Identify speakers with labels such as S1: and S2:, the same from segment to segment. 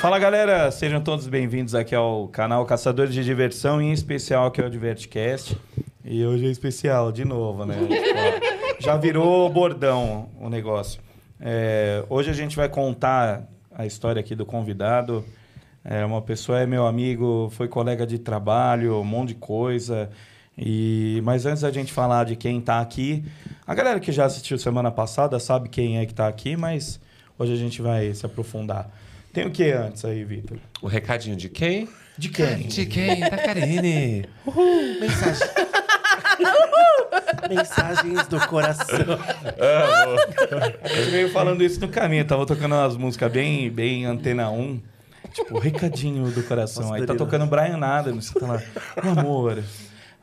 S1: Fala galera, sejam todos bem-vindos aqui ao canal Caçadores de Diversão, em especial aqui ao Divertcast. E hoje é especial, de novo, né? Tipo, Já virou bordão o negócio. É, hoje a gente vai contar a história aqui do convidado. É, uma pessoa é meu amigo, foi colega de trabalho, um monte de coisa. E, mas antes da gente falar de quem tá aqui, a galera que já assistiu semana passada sabe quem é que tá aqui, mas hoje a gente vai se aprofundar. Tem o que antes aí, Vitor?
S2: O recadinho de quem?
S1: De quem?
S2: De quem? Da Karine.
S3: Mensagem. Mensagens do coração.
S1: A gente veio falando isso no caminho, tava tocando umas músicas bem, bem antena 1. Tipo, recadinho do coração.
S3: Nossa,
S1: aí tá
S3: delirante.
S1: tocando Brian Adams, tá lá, "O amor.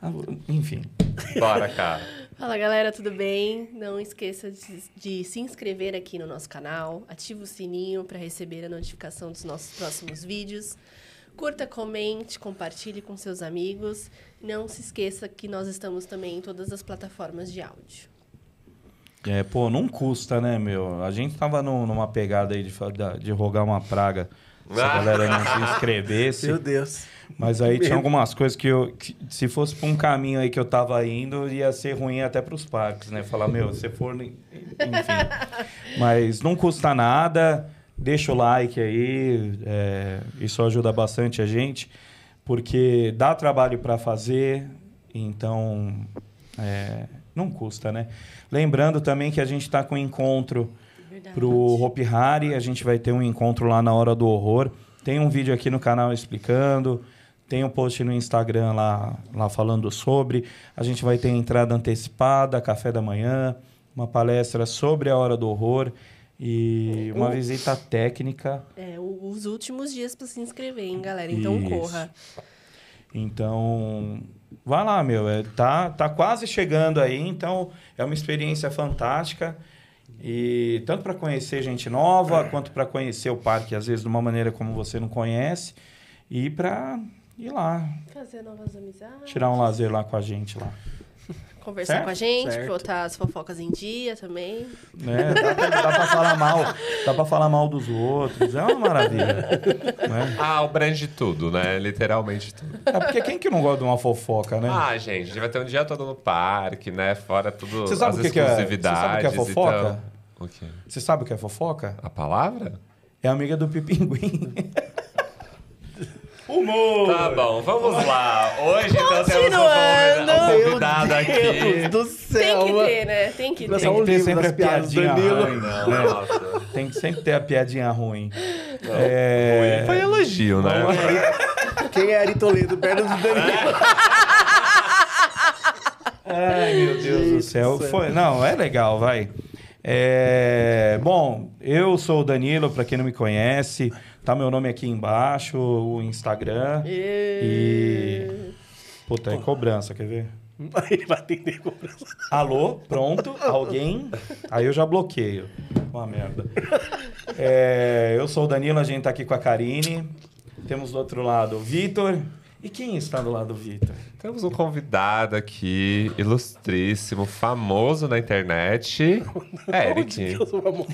S1: Ah, Enfim.
S2: Bora, cara.
S4: Fala galera, tudo bem? Não esqueça de, de se inscrever aqui no nosso canal, ativa o sininho para receber a notificação dos nossos próximos vídeos. Curta, comente, compartilhe com seus amigos. Não se esqueça que nós estamos também em todas as plataformas de áudio.
S1: É, pô, não custa, né, meu? A gente tava num- numa pegada aí de, fa- da- de rogar uma praga se a galera não se inscrevesse.
S3: Meu Deus.
S1: Mas aí tinha algumas coisas que eu. que se fosse pra um caminho aí que eu tava indo, ia ser ruim até pros parques, né? Falar, meu, se for. nem- Enfim. Mas não custa nada. Deixa o like aí. é, isso ajuda bastante a gente. Porque dá trabalho pra fazer. Então. é, não custa, né? Lembrando também que a gente tá com um encontro
S4: Verdade.
S1: pro Hopi Hari. A gente vai ter um encontro lá na Hora do Horror. Tem um vídeo aqui no canal explicando. Tem um post no Instagram lá, lá falando sobre. A gente vai ter entrada antecipada, café da manhã, uma palestra sobre a Hora do Horror e uma visita técnica.
S4: É, o- os últimos dias para se inscrever, hein, galera? Então
S1: Isso.
S4: corra.
S1: Então, vai lá, meu. É, tá, tá quase chegando aí, então é uma experiência fantástica. E tanto para conhecer gente nova, quanto para conhecer o parque, às vezes de uma maneira como você não conhece, e para ir lá,
S4: Fazer novas amizades.
S1: tirar um lazer lá com a gente lá.
S4: Conversar
S1: Certo?
S4: com a gente,
S3: Certo.
S4: botar as fofocas em dia também.
S1: Né? Dá, pra- dá pra falar mal, dá pra falar mal dos outros, é uma maravilha. né?
S2: Ah, abrange tudo, né? Literalmente tudo.
S1: É porque quem que não gosta de uma fofoca, né?
S2: Ah, gente, a gente vai ter um dia todo no parque, né? Fora tudo,
S1: Você sabe
S2: as
S1: o que que é-
S2: exclusividades.
S1: você sabe o que é
S2: e
S1: fofoca?
S2: tal. O quê?
S1: Você sabe o que é fofoca?
S2: A palavra?
S1: É amiga do Pipinguim. Humor!
S2: Tá bom, vamos lá. Hoje, então, temos
S4: Continuando.
S2: um convida- um convidado aqui.
S3: Deus do
S4: Tem
S3: céu.
S4: que
S3: mano.
S4: ter, né? Tem que
S3: Nós
S4: ter.
S1: Tem que
S3: um
S1: ter
S3: livro
S1: sempre
S3: das
S1: a
S3: piadas,
S1: piadinha
S3: Danilo.
S1: ruim.
S2: Não,
S1: né?
S2: nossa.
S1: Tem que sempre ter a piadinha ruim.
S2: Não,
S1: É,
S2: Foi elogio, né?
S3: Quem é Ari Toledo? Perto do Danilo.
S1: Ai, meu Deus do
S3: Gente
S1: céu.
S3: do céu.
S1: Foi, não, é legal, vai. É, bom, eu sou o Danilo, pra quem não me conhece, tá meu nome aqui embaixo, o Instagram. E. Puta, é cobrança, quer ver?
S3: Ele vai atender com o
S1: Alô, pronto, alguém. Aí eu já bloqueio. Uma merda. É, eu sou o Danilo, a gente tá aqui com a Karine. Temos do outro lado o Vitor. E quem está do lado do Vitor?
S2: Temos um convidado aqui, ilustríssimo, famoso na internet. Eric.
S3: Deus, uma mão.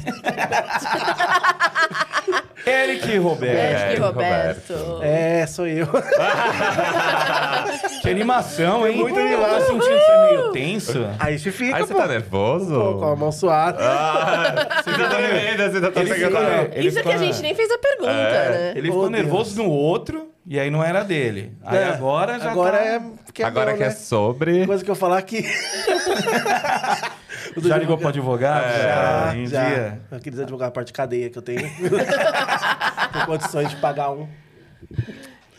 S1: Eric Roberto.
S4: Beijo,
S2: É,
S4: Roberto.
S3: É, sou eu.
S1: Que animação, hein?
S3: É. Muito
S1: animado.
S3: animado.
S1: Tá sentindo que você é meio tenso?
S3: Aí você fica,
S2: Ai, você
S3: pô.
S2: tá nervoso?
S3: Pô, com a mão suada.
S2: Ah, você tá tremendo, você tá
S1: Ele
S2: pegando
S1: ficou-
S2: a-
S1: ele
S4: Isso é que
S1: ficou-
S4: a gente nem fez a pergunta, né?
S1: Ele ficou
S3: Oh, Deus.
S1: nervoso no outro e aí não era dele. Aí
S3: É,
S1: agora já
S3: Agora
S1: tá...
S3: é... Que é
S2: Agora
S3: bom,
S2: que é
S3: né?
S2: sobre.
S3: Coisa que eu falar que...
S1: Já ligou pro É, advogado? Já, em
S3: É. já.
S1: dia.
S3: Eu queria divulgar a parte de cadeia que eu tenho. Tem condições de pagar um.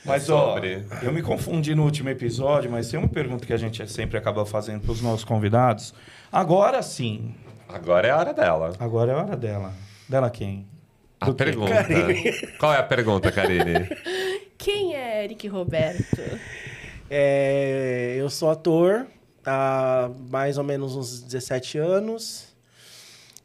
S1: Mas,
S2: Sobre.
S1: ó, eu me confundi no último episódio, mas tem uma pergunta que a gente sempre acaba fazendo pros nossos convidados. Agora sim.
S2: Agora é a hora dela.
S1: Agora é a hora dela. Dela quem?
S2: A
S1: Do quê?
S2: pergunta. Qual é a pergunta, Karine?
S4: Quem é Eric Roberto?
S3: É, eu sou ator há mais ou menos uns 17 anos.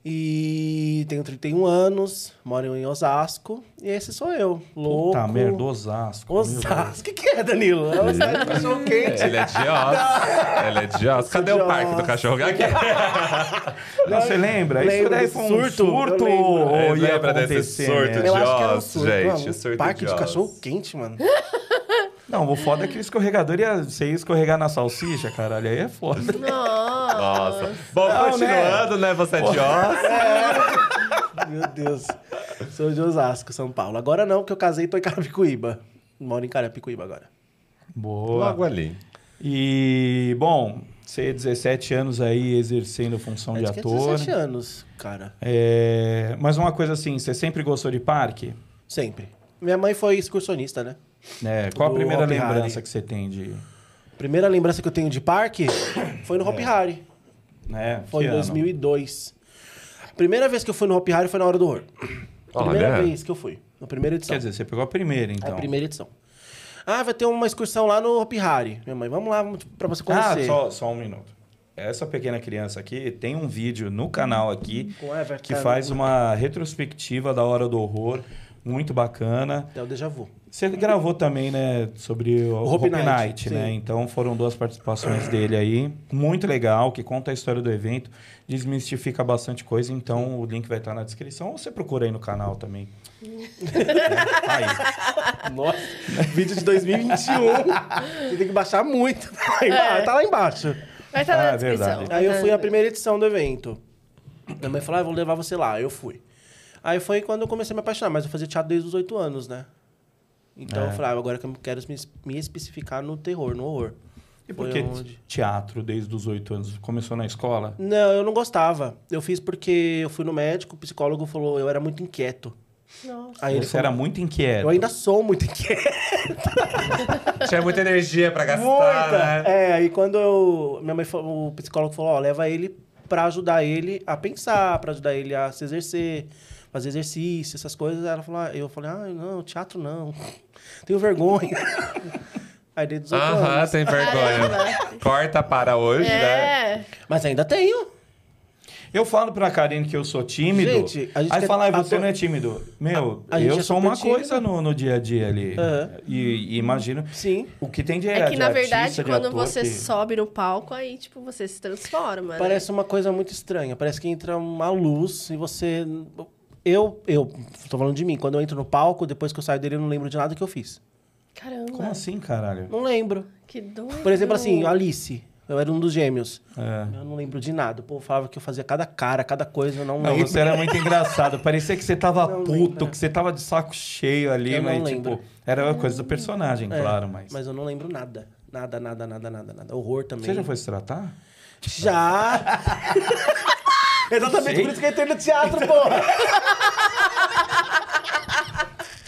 S3: E tenho 31 anos, moro em Osasco. E esse sou eu, louco.
S1: Puta merda, Osasco. meu
S3: Osasco. O que, que é, Danilo? É uma cidade de cachorro quente.
S2: Ele é de ossos. Ele é de ossos. Cadê
S3: de
S2: o parque do
S3: ossos.
S2: cachorro aqui?
S1: Deus. Não, você lembra? Isso
S3: Lembro
S1: daí
S3: desse
S1: foi um
S3: surto,
S1: surto.
S3: eu lembro.
S1: ou
S2: É,
S1: ia
S2: lembra desse
S1: acontecer,
S2: surto
S1: né?
S2: de-
S3: Eu acho que era um
S2: ossos,
S3: surto,
S2: gente,
S3: mano.
S2: surto é
S3: Parque
S2: de
S3: de,
S2: ossos.
S3: cachorro quente, mano.
S1: Não, o foda é que o escorregador ia, você ia escorregar na salsicha, caralho. Aí é foda.
S4: Nossa.
S2: Nossa. Bom,
S1: Não,
S2: continuando, né? Você é de ossos.
S3: Meu Deus. Sou de Osasco, São Paulo. Agora não, porque eu casei e tô em Carapicuíba. Moro em Carapicuíba agora.
S1: Boa.
S2: Logo ali.
S1: E, bom, você 17 anos aí exercendo função
S3: É
S1: de
S3: de que é
S1: ator.
S3: 17 anos, cara.
S1: É, mas uma coisa assim, você sempre gostou de parque?
S3: Sempre. Minha mãe foi excursionista, né?
S1: É, qual a
S3: Do
S1: primeira
S3: Hopi Hari.
S1: lembrança que você tem de.
S3: Primeira lembrança que eu tenho de parque foi no Hop Harry.
S1: Né?
S3: Foi
S1: É, que
S3: em
S1: ano?
S3: 2002. Primeira vez que eu fui no Hop Harry foi na Hora do Horror. Primeira
S2: Olha.
S3: vez que eu fui. Na primeira edição. É
S1: Quer dizer, você pegou a primeira, então.
S3: A primeira edição. Ah, vai ter uma excursão lá no Hop Harry. Minha mãe, vamos lá vamos pra você
S1: Ah,
S3: conhecer.
S1: só, só um minuto. Essa pequena criança aqui tem um vídeo no canal aqui
S3: Com o Everton.
S1: que faz uma retrospectiva da Hora do Horror, muito bacana.
S3: Até o déjà vu.
S1: Você gravou também, né, sobre o
S3: Hopi
S1: Hope Night,
S3: Night,
S1: né?
S3: sim.
S1: Então foram duas participações dele aí, muito legal, que conta a história do evento, desmistifica bastante coisa, então o link vai estar na descrição, ou você procura aí no canal também. É, tá aí,
S3: Nossa, vídeo de 2021. Você tem que baixar muito. Tá lá embaixo. Tá lá embaixo.
S4: Vai estar na
S1: Ah, é
S4: descrição.
S1: verdade.
S3: Aí eu fui à primeira edição do evento. Minha mãe falou, ah, eu vou levar você lá. Eu fui. Aí foi quando eu comecei a me apaixonar, mas eu fazia teatro desde os oito anos, né? Então
S1: É.
S3: eu falei, ah, agora que eu quero me, me especificar no terror, no horror.
S1: e por
S3: Foi
S1: que
S3: onde?
S1: teatro desde os oito anos? Começou na escola?
S3: Não, eu não gostava. Eu fiz porque eu fui no médico, o psicólogo falou, eu era muito inquieto.
S4: Nossa.
S3: Aí Ah, ele
S1: você era muito inquieto.
S3: Eu ainda sou muito inquieto.
S2: Tinha muita energia pra gastar, né?
S3: É, aí quando eu. Minha mãe falou, o psicólogo falou, ó, leva ele pra ajudar ele a pensar, pra ajudar ele a se exercer, fazer exercício, essas coisas. Ela falou, ah, eu falei, ah, não, teatro não. Tenho vergonha. aí dentro dos oito
S2: Aham,
S3: anos.
S2: sem vergonha.
S4: Caramba.
S2: Corta para hoje, né?
S4: É.
S3: Mas ainda tenho.
S1: Eu falo pra Karine que eu sou tímido.
S3: Gente, a gente
S1: aí
S3: quer-
S1: fala, ah, você
S3: ator-
S1: não é tímido. Meu,
S3: A- a gente
S1: eu
S3: é
S1: sou
S3: super
S1: uma
S3: tímido. É.
S1: coisa no, no dia a dia ali.
S3: Aham.
S1: E, e imagino.
S3: Sim.
S1: O que tem de
S4: É que,
S1: de
S4: na
S1: artista,
S4: verdade,
S1: de
S4: quando
S1: ator
S4: você
S1: que-
S4: sobe no palco, aí, tipo, você se transforma. né?
S3: Parece uma coisa muito estranha. Parece que entra uma luz e você. Eu, eu, tô falando de mim. Quando eu entro no palco, depois que eu saio dele, eu não lembro de nada que eu fiz.
S4: Caramba.
S1: Como assim, caralho?
S3: Não lembro.
S4: Que doido.
S3: Por exemplo, assim, Alice. Eu era um dos gêmeos.
S1: É.
S3: Eu não lembro de nada. O povo falava que eu fazia cada cara, cada coisa, eu não, é-
S1: Não,
S3: lembro.
S1: você era muito engraçado. Parecia que você tava
S3: Não
S1: puto,
S3: lembro.
S1: que você tava de saco cheio ali,
S3: Eu não
S1: mas
S3: lembro.
S1: tipo, era uma coisa do personagem,
S3: É,
S1: claro, mas.
S3: Mas eu não lembro nada. Nada, nada, nada, nada, nada. Horror também.
S1: Você já foi se tratar?
S3: Já! Exatamente
S1: Sei.
S3: por isso que eu entrei no teatro, porra!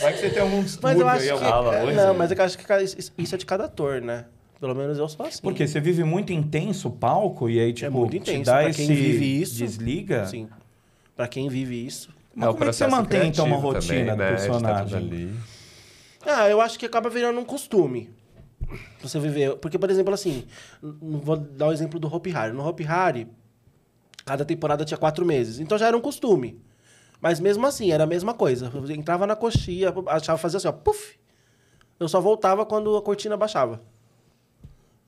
S1: Vai que você tem algum distúrbio
S3: Mas eu acho
S1: aí,
S3: que. É,
S1: alguma coisa.
S3: Não, mas eu acho que ca- isso- isso é de cada ator, né? Pelo menos eu sou assim.
S1: Porque você vive muito intenso o palco e aí, tipo,
S3: É muito
S1: te
S3: intenso,
S1: dá
S3: pra
S1: esse
S3: quem vive isso.
S1: desliga.
S3: Sim. Pra quem vive isso.
S1: Mas
S2: É o
S1: como é que você
S2: processo
S1: mantém, então, uma
S2: criativo
S1: rotina do
S2: né? A gente tá tudo
S1: personagem?
S2: ali.
S3: Ah, eu acho que acaba virando um costume. Você viver. Porque, por exemplo, assim, n- n- vou dar o exemplo do Hopi Hari. No Hopi Hari, cada temporada tinha quatro meses. Então já era um costume. Mas mesmo assim, era a mesma coisa. Eu entrava na coxia, achava fazer assim, ó, puf! Eu só voltava quando a cortina baixava.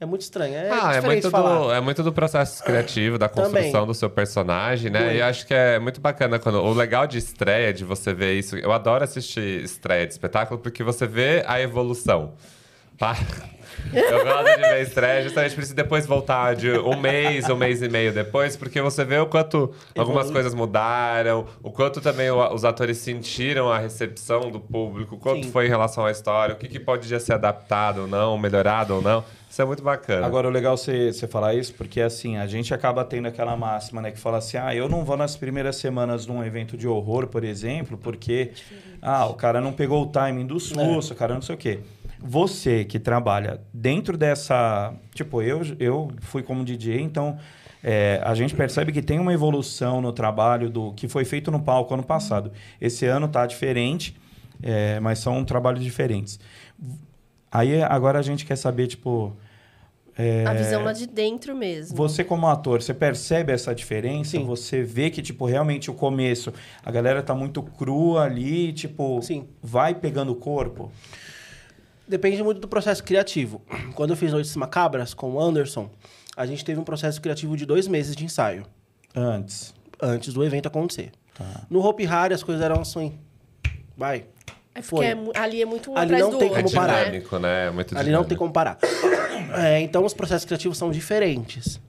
S3: É muito estranho. É
S2: ah, é
S3: diferente
S2: muito,
S3: falar.
S2: do, é muito do processo criativo, da construção
S3: Também.
S2: do seu personagem, né?
S3: Muito.
S2: E eu acho que é muito bacana quando. O legal de estreia, de você ver isso. Eu adoro assistir estreia de espetáculo porque você vê a evolução. Pá. Eu gosto de ver estreia justamente por isso depois voltar de um mês, um mês e meio depois, porque você vê o quanto algumas
S3: Evolui.
S2: coisas mudaram, o quanto também o- os atores sentiram a recepção do público, o quanto
S3: Sim.
S2: foi em relação à história, o que, que pode já ser adaptado ou não, melhorado ou não. Isso é muito bacana.
S1: Agora, o legal você você falar isso, porque assim, a gente acaba tendo aquela máxima, né? Que fala assim, ah, eu não vou nas primeiras semanas num evento de horror, por exemplo, porque ah, o cara não pegou o timing do susto, o cara não sei o quê. Você que trabalha dentro dessa... Tipo, eu, eu fui como DJ, então... é, a gente percebe que tem uma evolução no trabalho do que foi feito no palco ano passado. Esse ano tá diferente, é, mas são trabalhos diferentes. Aí agora a gente quer saber, tipo,
S4: A visão lá de dentro mesmo.
S1: Você como ator, você percebe essa diferença?
S3: Sim.
S1: Você vê que, tipo, realmente o começo, a galera tá muito crua ali, tipo,
S3: Sim.
S1: vai pegando o corpo?
S3: Depende muito do processo criativo. Quando eu fiz Noites Macabras com o Anderson, a gente teve um processo criativo de dois meses de ensaio,
S1: Antes.
S3: antes do evento acontecer. No Hope Harry, as coisas eram assim. Vai.
S4: É porque
S3: Foi.
S4: é mu- ali é muito um
S3: Ali
S4: atrás
S3: não
S4: do
S3: tem
S4: outro,
S2: É
S3: como parar.
S4: Né?
S2: dinâmico, né? É muito
S3: Ali
S2: dinâmico.
S3: não tem como parar. É, então os processos criativos são diferentes.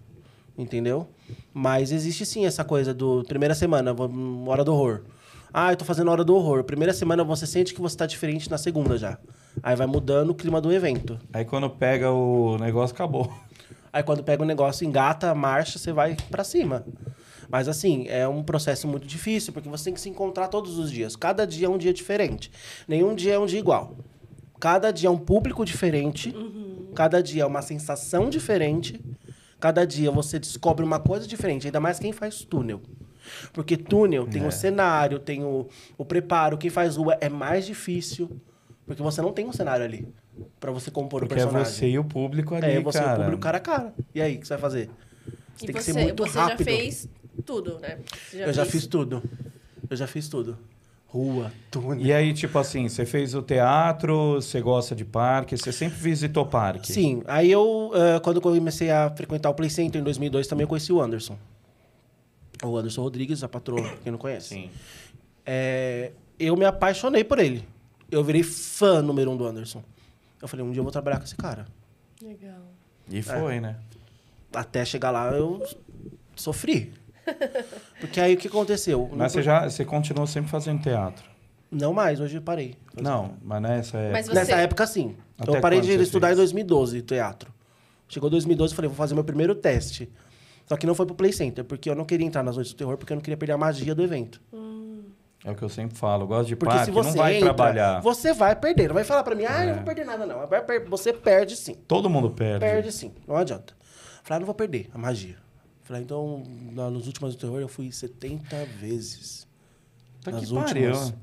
S3: Entendeu? Mas existe sim essa coisa do primeira semana, vamos- hora do horror. Ah, eu tô fazendo hora do horror. Primeira semana você sente que você tá diferente na segunda já. Aí vai mudando o clima do evento.
S1: Aí quando pega o negócio, acabou.
S3: Aí quando pega o negócio, engata, marcha, você vai pra cima. Mas assim, é um processo muito difícil, porque você tem que se encontrar todos os dias. Cada dia é um dia diferente. Nenhum dia é um dia igual. Cada dia é um público diferente. Cada dia é uma sensação diferente. Cada dia você descobre uma coisa diferente, ainda mais quem faz túnel. Porque túnel tem
S1: É.
S3: o cenário, tem o, o preparo. Quem faz rua é mais difícil, porque você não tem um cenário ali pra você compor
S1: Porque
S3: o
S1: é
S3: personagem.
S1: você e o público ali,
S3: É, você e o
S1: cara.
S3: público cara a cara. E aí, o que você vai fazer? Você
S4: E
S3: tem que
S4: você,
S3: ser muito
S4: você
S3: rápido.
S4: já fez tudo, né? Você já
S3: Eu já
S4: fez-
S3: fiz tudo. Eu já fiz tudo. Rua, túnel.
S1: E aí, tipo assim, você fez o teatro, você gosta de parque, você sempre visitou parque.
S3: Sim, aí eu, eh, quando eu comecei a frequentar o Play Center em 2002, também eu conheci o Anderson. O Anderson Rodrigues, a patroa, quem não conhece. É, eu me apaixonei por ele. Eu virei fã número um do Anderson. Eu falei, um dia eu vou trabalhar com esse cara.
S4: Legal.
S3: É.
S1: E foi, né?
S3: Até chegar lá, eu sofri. Porque aí o que aconteceu? Não-
S1: Mas você já você continuou sempre fazendo teatro.
S3: Não mais, hoje eu parei.
S1: Não, mas nessa é época.
S4: Mas você-
S3: é. Nessa época, sim. Então,
S1: Até
S3: eu parei
S1: quando
S3: de
S1: você
S3: estudar
S1: fez?
S3: em 2012, teatro. Chegou 2012, eu falei, vou fazer meu primeiro teste. Só que não foi pro Play Center, porque eu não queria entrar nas noites do terror, porque eu não queria perder a magia do evento.
S1: É o que eu sempre falo, eu gosto de
S3: Porque
S1: parque,
S3: se você
S1: Ah, não vai
S3: entra,
S1: trabalhar.
S3: você vai perder. Não vai falar pra mim, ah, eu não vou perder nada, não. Vai per- Você perde sim.
S1: Todo mundo perde.
S3: Perde sim, não adianta. Falei, ah, não vou perder a magia. Falei, então, na- nos últimos do terror eu fui 70 vezes.
S1: Tá
S3: Nas
S1: que pariu.
S3: últimas.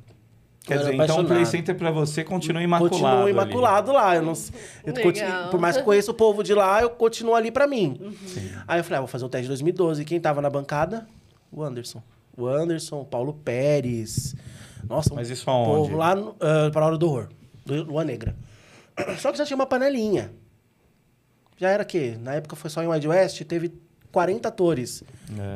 S1: Quer
S3: Eu era
S1: dizer, então o Play
S3: apaixonado.
S1: Center pra você continua imaculado.
S3: Continuo
S1: ali.
S3: imaculado lá. Eu não, s- eu
S4: Legal.
S3: continuo- por mais que eu conheça o povo de lá, eu continuo ali pra mim. Aí eu falei, ah, vou fazer o teste de 2012. Quem tava na bancada? O Anderson. O Anderson, o Paulo Pérez. Nossa, um
S1: Mas isso aonde?
S3: povo lá no, ah, pra Hora do Horror, do Lua Negra. Só que já tinha uma panelinha. Já era que na época foi só em Wide West, teve 40 atores.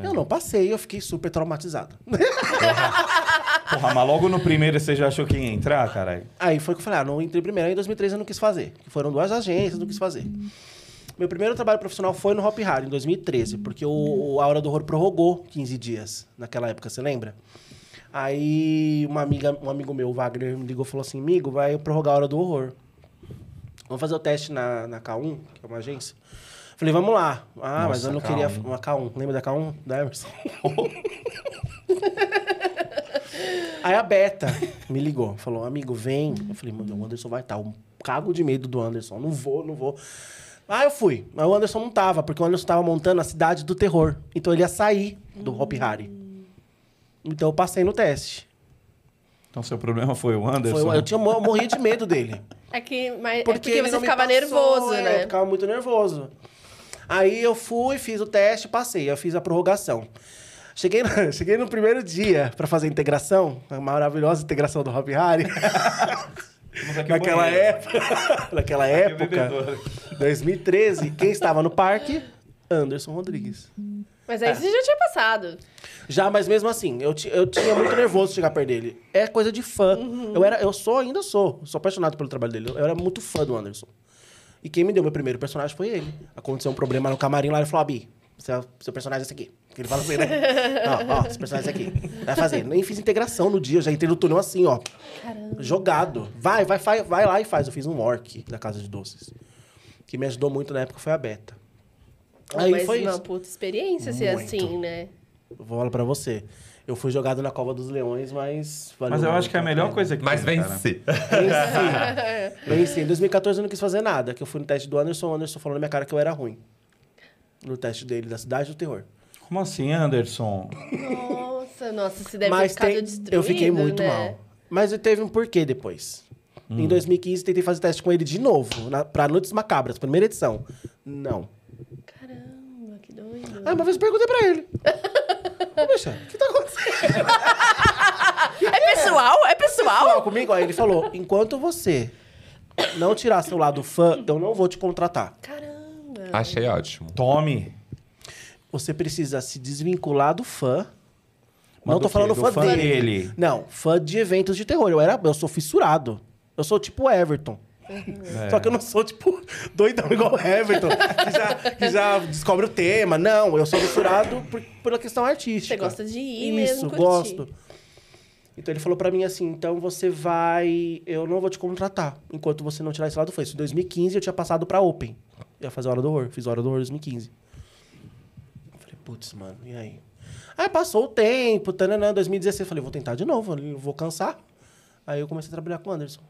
S1: É.
S3: Eu não passei, eu fiquei super traumatizado.
S1: Porra, mas logo no primeiro você já achou que ia entrar, caralho?
S3: Aí foi que eu falei, ah, não entrei primeiro. Aí em 2013 eu não quis fazer. Que Foram duas agências, não quis fazer. Meu primeiro trabalho profissional foi no Hop Hard, em 2013. Porque o, o A Hora do Horror prorrogou 15 dias naquela época, você lembra? Aí uma amiga, um amigo meu, o Wagner, me ligou e falou assim, amigo, vai prorrogar a Hora do Horror. Vamos fazer o teste na, na K1, que é uma agência. Falei, vamos lá. Ah, mas
S1: Nossa,
S3: eu não queria
S1: K1.
S3: uma K1. Lembra da K1? Da Emerson? Aí a Beta me ligou, falou, amigo, vem. Eu falei, mano, o Anderson vai estar. Eu cago de medo do Anderson. Não vou, não vou. Ah, eu fui. Mas o Anderson não tava, porque o Anderson tava montando a cidade do terror. Então ele ia sair do Hop Harry. Então eu passei no teste.
S1: Então seu problema foi o Anderson?
S3: Foi- eu, tinha, eu morria de medo dele.
S4: É que, mas,
S3: Porque,
S4: é
S3: ele
S4: porque você
S3: não me
S4: ficava
S3: passou,
S4: nervoso,
S3: é, Eu
S4: né?
S3: ficava muito nervoso. Aí eu fui, fiz o teste, passei. Eu fiz a prorrogação. Cheguei, no- cheguei no primeiro dia pra fazer a integração, a maravilhosa integração do Hop Harry.
S1: Vamos aqui é
S3: Naquela
S1: banheiro.
S3: época, naquela
S1: Aqui é o
S3: época,
S1: bebedouro.
S3: 2013, quem estava no parque? Anderson Rodrigues.
S4: Mas aí
S3: É.
S4: você já tinha passado.
S3: Já, mas mesmo assim, eu, ti- eu tinha muito nervoso de chegar perto dele. É coisa de fã. Eu, era, eu sou, ainda sou. Sou apaixonado pelo trabalho dele. Eu era muito fã do Anderson. E quem me deu meu primeiro personagem foi ele. Aconteceu um problema no camarim lá, ele falou, "Ó, Bi, seu, seu personagem é esse aqui. Ele fala assim, né? ó, ó, esse personagem é esse aqui. Vai fazer. Nem fiz integração no dia, eu já entrei no túnel assim, ó. Jogado. Vai, vai, vai, vai lá e faz. Eu fiz um orc da Casa de Doces. Que me ajudou muito na época foi a Beta. Aí
S4: mas
S3: foi
S4: uma
S3: isso.
S4: puta experiência ser
S3: Muito.
S4: assim, né?
S3: Eu vou falar pra você. Eu fui jogado na Cova dos Leões, mas... valeu
S1: Mas eu
S3: muito
S1: acho que é a
S3: pena.
S1: melhor coisa que
S2: Mas
S1: tem,
S3: né?
S1: cara.
S2: venci.
S3: Venci. Venci. Em 2014 eu não quis fazer nada, que eu fui no teste do Anderson, o Anderson falou na minha cara que eu era ruim. No teste dele, da Cidade do Terror.
S1: Como assim, Anderson?
S4: Nossa, nossa, se deve
S3: mas
S4: ter ficado
S3: tem-
S4: destruído,
S3: eu fiquei muito
S4: né?
S3: mal. Mas teve um porquê depois.
S1: Hum.
S3: Em 2015, tentei fazer teste com ele de novo, na, pra Noites Macabras, primeira edição. Não.
S4: Caramba, que doido.
S3: Aí uma vez eu perguntei pra ele. Ô, bicha, o que tá acontecendo
S5: É pessoal? É pessoal?
S3: comigo? Aí ele falou, enquanto você não tirar seu lado fã, eu não vou te contratar.
S4: Caramba.
S3: Ah.
S2: Achei ótimo.
S1: Tome.
S3: Você precisa se desvincular do fã.
S1: Mas
S3: não
S1: do
S3: tô
S1: quê?
S3: falando
S1: Do
S3: fã,
S1: fã
S3: dele.
S1: dele.
S3: Não, fã de eventos de terror. Eu, era, eu sou fissurado. Eu sou tipo o Everton.
S1: É.
S3: Só que eu não sou, tipo, doidão igual o Everton, que já, que já descobre o tema. Não, eu sou fissurado por, pela questão artística.
S4: Você gosta de ir
S3: Isso,
S4: mesmo, curtir.
S3: gosto. Então ele falou pra mim assim, então você vai... Eu não vou te contratar enquanto você não tirar esse lado. Foi isso. Em 2015 eu tinha passado pra Open. Eu ia fazer Hora do Horror. Fiz Hora do Horror em 2015. Eu falei, putz, mano, e aí? Aí passou o tempo, tananã, 2016. Eu falei, vou tentar de novo, eu vou cansar. Aí eu comecei a trabalhar com o Anderson.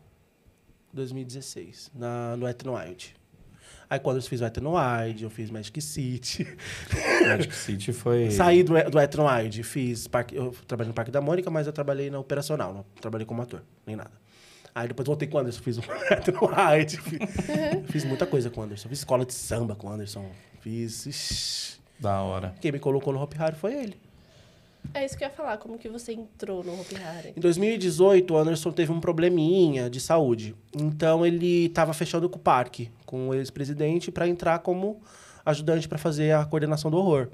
S3: 2016, na, no Etno Wild. Aí quando eu fiz o Etno Wild, eu fiz Magic City.
S1: Magic City foi.
S3: Saí do, do Etron Wild, fiz parque, eu trabalhei no Parque da Mônica, mas eu trabalhei na operacional, não trabalhei como ator, nem nada. Aí depois voltei com o Anderson, fiz o Etron Wild, fiz, fiz muita coisa com o Anderson, fiz escola de samba com o Anderson, fiz... ixi.
S1: Da hora.
S3: Quem me colocou no Hop Hard foi ele.
S4: É isso que eu ia falar, como que você entrou no Hopi Hari?
S3: Em 2018, o Anderson teve um probleminha de saúde. Então ele estava fechando com o parque, com o ex-presidente, para entrar como ajudante para fazer a coordenação do horror.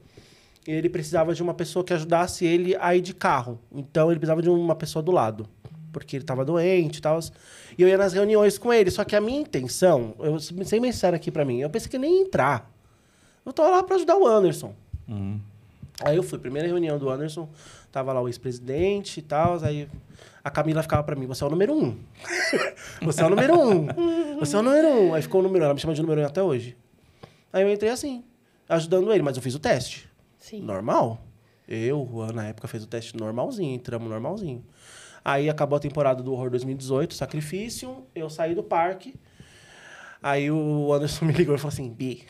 S3: E ele precisava de uma pessoa que ajudasse ele a ir de carro. Então ele precisava de uma pessoa do lado, porque ele estava doente e tal. E eu ia nas reuniões com ele, só que a minha intenção, eu vou ser bem sincero aqui para mim, eu pensei que nem ia entrar. Eu tava lá para ajudar o Anderson. Aí eu fui, primeira reunião do Anderson, tava lá o ex-presidente e tal, aí a Camila ficava pra mim, você é o número um. você é o número um. Você é o número um. Aí ficou o número um, ela me chama de número um até hoje. Aí eu entrei assim, ajudando ele, mas eu fiz o teste.
S4: Sim.
S3: Normal. Eu, o Juan, na época, fez o teste normalzinho, entramos normalzinho. Aí acabou a temporada do Horror 2018, Sacrifício, eu saí do parque. Aí o Anderson me ligou e falou assim, Bi,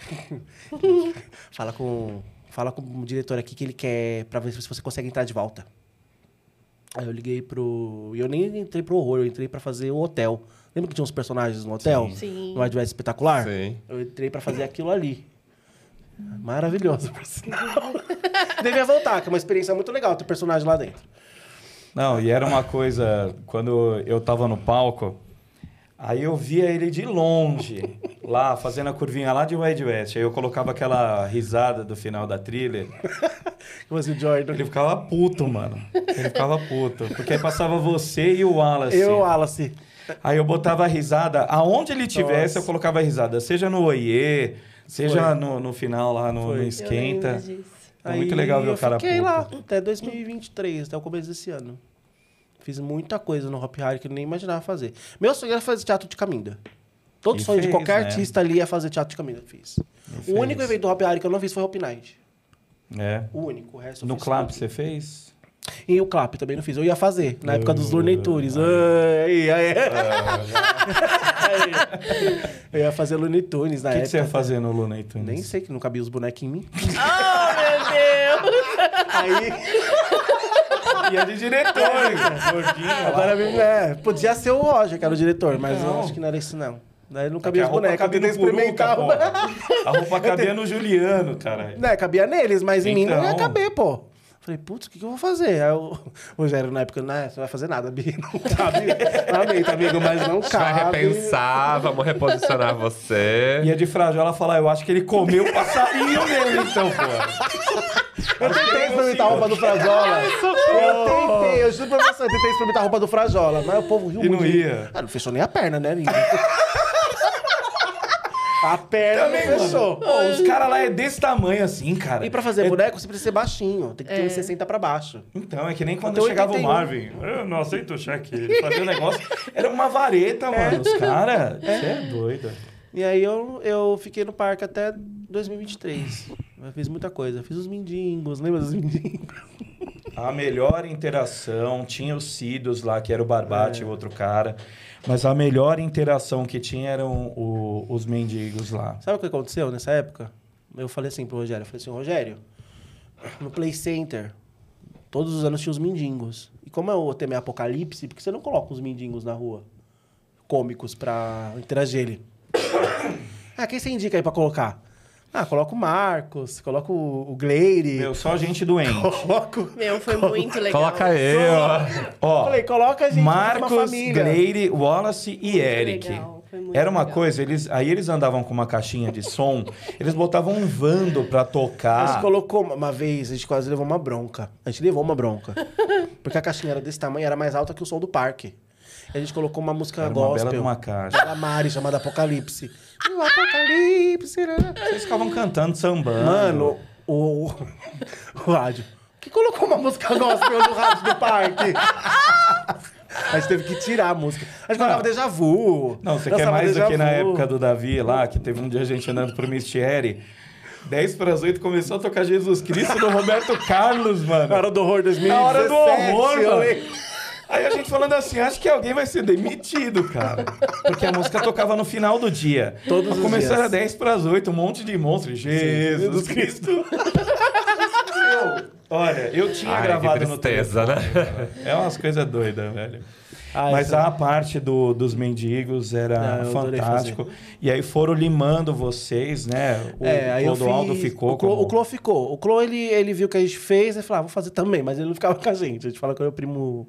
S3: fala com, fala com o diretor aqui que ele quer, pra ver se você consegue entrar de volta. Aí eu liguei pro... E eu nem entrei pro horror, eu entrei pra fazer o hotel. Lembra que tinha uns personagens no hotel?
S4: Sim.
S3: No Advance Espetacular?
S2: Sim.
S3: Eu entrei pra fazer aquilo ali. Maravilhoso, por sinal. Devia voltar, que é uma experiência muito legal ter personagem lá dentro.
S1: Não, e era uma coisa. Quando eu tava no palco, aí eu via ele de longe, lá, fazendo a curvinha lá de Wide West. Aí eu colocava aquela risada do final da trilha.
S3: Mas o assim, Jordan...
S1: Ele ficava puto, mano. Ele ficava puto. Porque aí passava você e o Wallace.
S3: Eu, Wallace.
S1: Aí eu botava a risada, aonde ele tivesse,
S3: Nossa.
S1: eu colocava a risada. Seja no Oiê, seja
S3: Foi.
S1: no, no final lá no, no
S4: Eu lembro
S1: Esquenta.
S4: disso.
S1: É muito legal ver
S3: eu
S1: o cara
S3: fiquei
S1: puto.
S3: lá até 2023, até o começo desse ano. Fiz muita coisa no Hop Hard que eu nem imaginava fazer. Meu sonho era fazer teatro de caminda. Todo
S1: E
S3: sonho de
S1: fez,
S3: qualquer
S1: né?
S3: artista ali é fazer teatro de caminda. Fiz. o
S1: fez.
S3: único evento do Hop Hard que eu não fiz foi Hop Night.
S1: É.
S3: O único, o resto eu
S1: No
S3: fiz
S1: clap
S3: tudo.
S1: você fez?
S3: E o clap também não fiz. Eu ia fazer, na época dos Looney Tunes. Ah, Ai, ai, Ah, ai. Eu ia fazer Looney Tunes na
S1: O que, que
S3: época.
S1: você ia fazer no Luna então? Tunes?
S3: É, Nem sei, que não cabia os bonecos em mim.
S5: Oh, meu Deus!
S3: Aí...
S1: Ia é de diretor, gordinho.
S3: Agora mesmo, é, podia ser o Roger, que era o diretor, mas eu acho que não É era isso, não. Daí não cabia tá
S1: a
S3: os
S1: roupa
S3: bonecos,
S1: cabia
S3: eu
S1: no Puruca,
S3: experimentava.
S1: pô. A roupa cabia no Juliano, caralho.
S3: Né, cabia neles, mas em mim não ia
S1: Então.
S3: caber, pô. Falei, putz, o que, que eu vou fazer? Aí o o Rogério, na época, né, você não vai fazer nada, Bi. Não cabe. Lamento, tá, amigo, mas não
S2: A gente
S3: cabe.
S2: vai repensar, vamos reposicionar você.
S1: E a de Frajola falar, "Ah, eu acho que ele comeu o passarinho dele, então, pô. é
S3: Eu tentei experimentar a roupa do Frajola. Eu tentei, eu juro pra você, eu tentei experimentar a roupa do Frajola, mas o povo riu
S1: E
S3: muito.
S1: não ia.
S3: Ah, não fechou nem a perna, né, lindo? A perna não fechou.
S1: Pô, os caras lá é desse tamanho assim, cara.
S3: E pra fazer
S1: é
S3: boneco, você precisa ser baixinho. Tem que ter uns 60 pra baixo.
S1: Então, é que nem quando
S3: Até
S1: chegava o
S3: 81.
S1: Marvin. Eu não aceito o cheque. Ele fazia um negócio. Era uma vareta,
S3: É.
S1: mano. Os caras. Você é doida.
S3: E aí eu, eu fiquei no parque até 2023. Eu fiz muita coisa. Fiz os mendigos, lembra dos mendigos?
S1: A melhor interação tinha os Sidos lá, que era o
S3: É.
S1: Barbate e o outro cara. Mas a melhor interação que tinha eram o- os mendigos lá.
S3: Sabe o que aconteceu nessa época? Eu falei assim pro Rogério. Eu falei assim, Rogério, no Play Center, todos os anos tinha os mendigos. E como é o tema é apocalipse, por que você não coloca os mendigos na rua? cômicos pra interagir ele. ah, quem você indica aí pra colocar? Ah, coloca o Marcos, coloca o o Gleire.
S1: Meu, só gente doente.
S3: Coloco.
S4: Meu, foi muito legal.
S2: Coloca eu.
S1: Ó,
S3: Falei, coloca a gente mais uma
S1: Marcos,
S3: família.
S1: Gleire, Wallace e Eric.
S4: legal, foi muito
S1: Era uma
S4: legal.
S1: coisa, eles, aí eles andavam com uma caixinha de som, eles botavam um vando pra
S3: A gente
S1: tocar.
S3: colocou uma- uma vez, a gente quase levou uma bronca. A gente levou uma bronca. Porque a caixinha era desse tamanho, era mais alta que o som do parque. E a gente colocou uma música
S1: Era uma bela Um de
S3: gospel.
S1: uma caixa.
S3: da Mari, chamada Apocalipse. O Apocalipse. né?
S1: Eles ficavam cantando sambando.
S3: Mano,
S1: Ah.
S3: o, o, o rádio. Que colocou uma música gospel no rádio do parque? A gente teve que tirar a música. A gente colocava déjà vu.
S1: Não, você quer
S3: dançava
S1: mais do
S3: déjà
S1: que na
S3: vu.
S1: época do Davi lá, que teve um dia a gente andando pro Mistieri. 10 para as 8 começou a tocar Jesus Cristo do Roberto Carlos, mano.
S3: Na hora do horror 2017.
S1: Na hora do horror,
S3: eu
S1: mano.
S3: lembro.
S1: Aí a gente falando assim, acho que alguém vai ser demitido, cara. Porque a música tocava no final do dia.
S3: Todos os
S1: Começou
S3: dias.
S1: era 10 para as 8, um monte de monstro. Jesus Cristo. Meu, Olha, eu tinha
S2: Ai,
S1: gravado
S2: que
S1: no texto.
S2: tristeza, né?
S1: É umas coisas doidas, velho.
S3: Ah,
S1: Mas
S3: isso-
S1: a parte do, dos mendigos era
S3: Ah, eu adorei
S1: fantástico. E aí foram limando vocês, né? O
S3: É, aí eu
S1: Clodoaldo
S3: fiz-
S1: ficou
S3: O Clo,
S1: como-
S3: o Clo ficou. O Clo, ele, ele viu o que a gente fez e falou, ah, vou fazer também. Mas ele não ficava com a gente. A gente fala que ele é o primo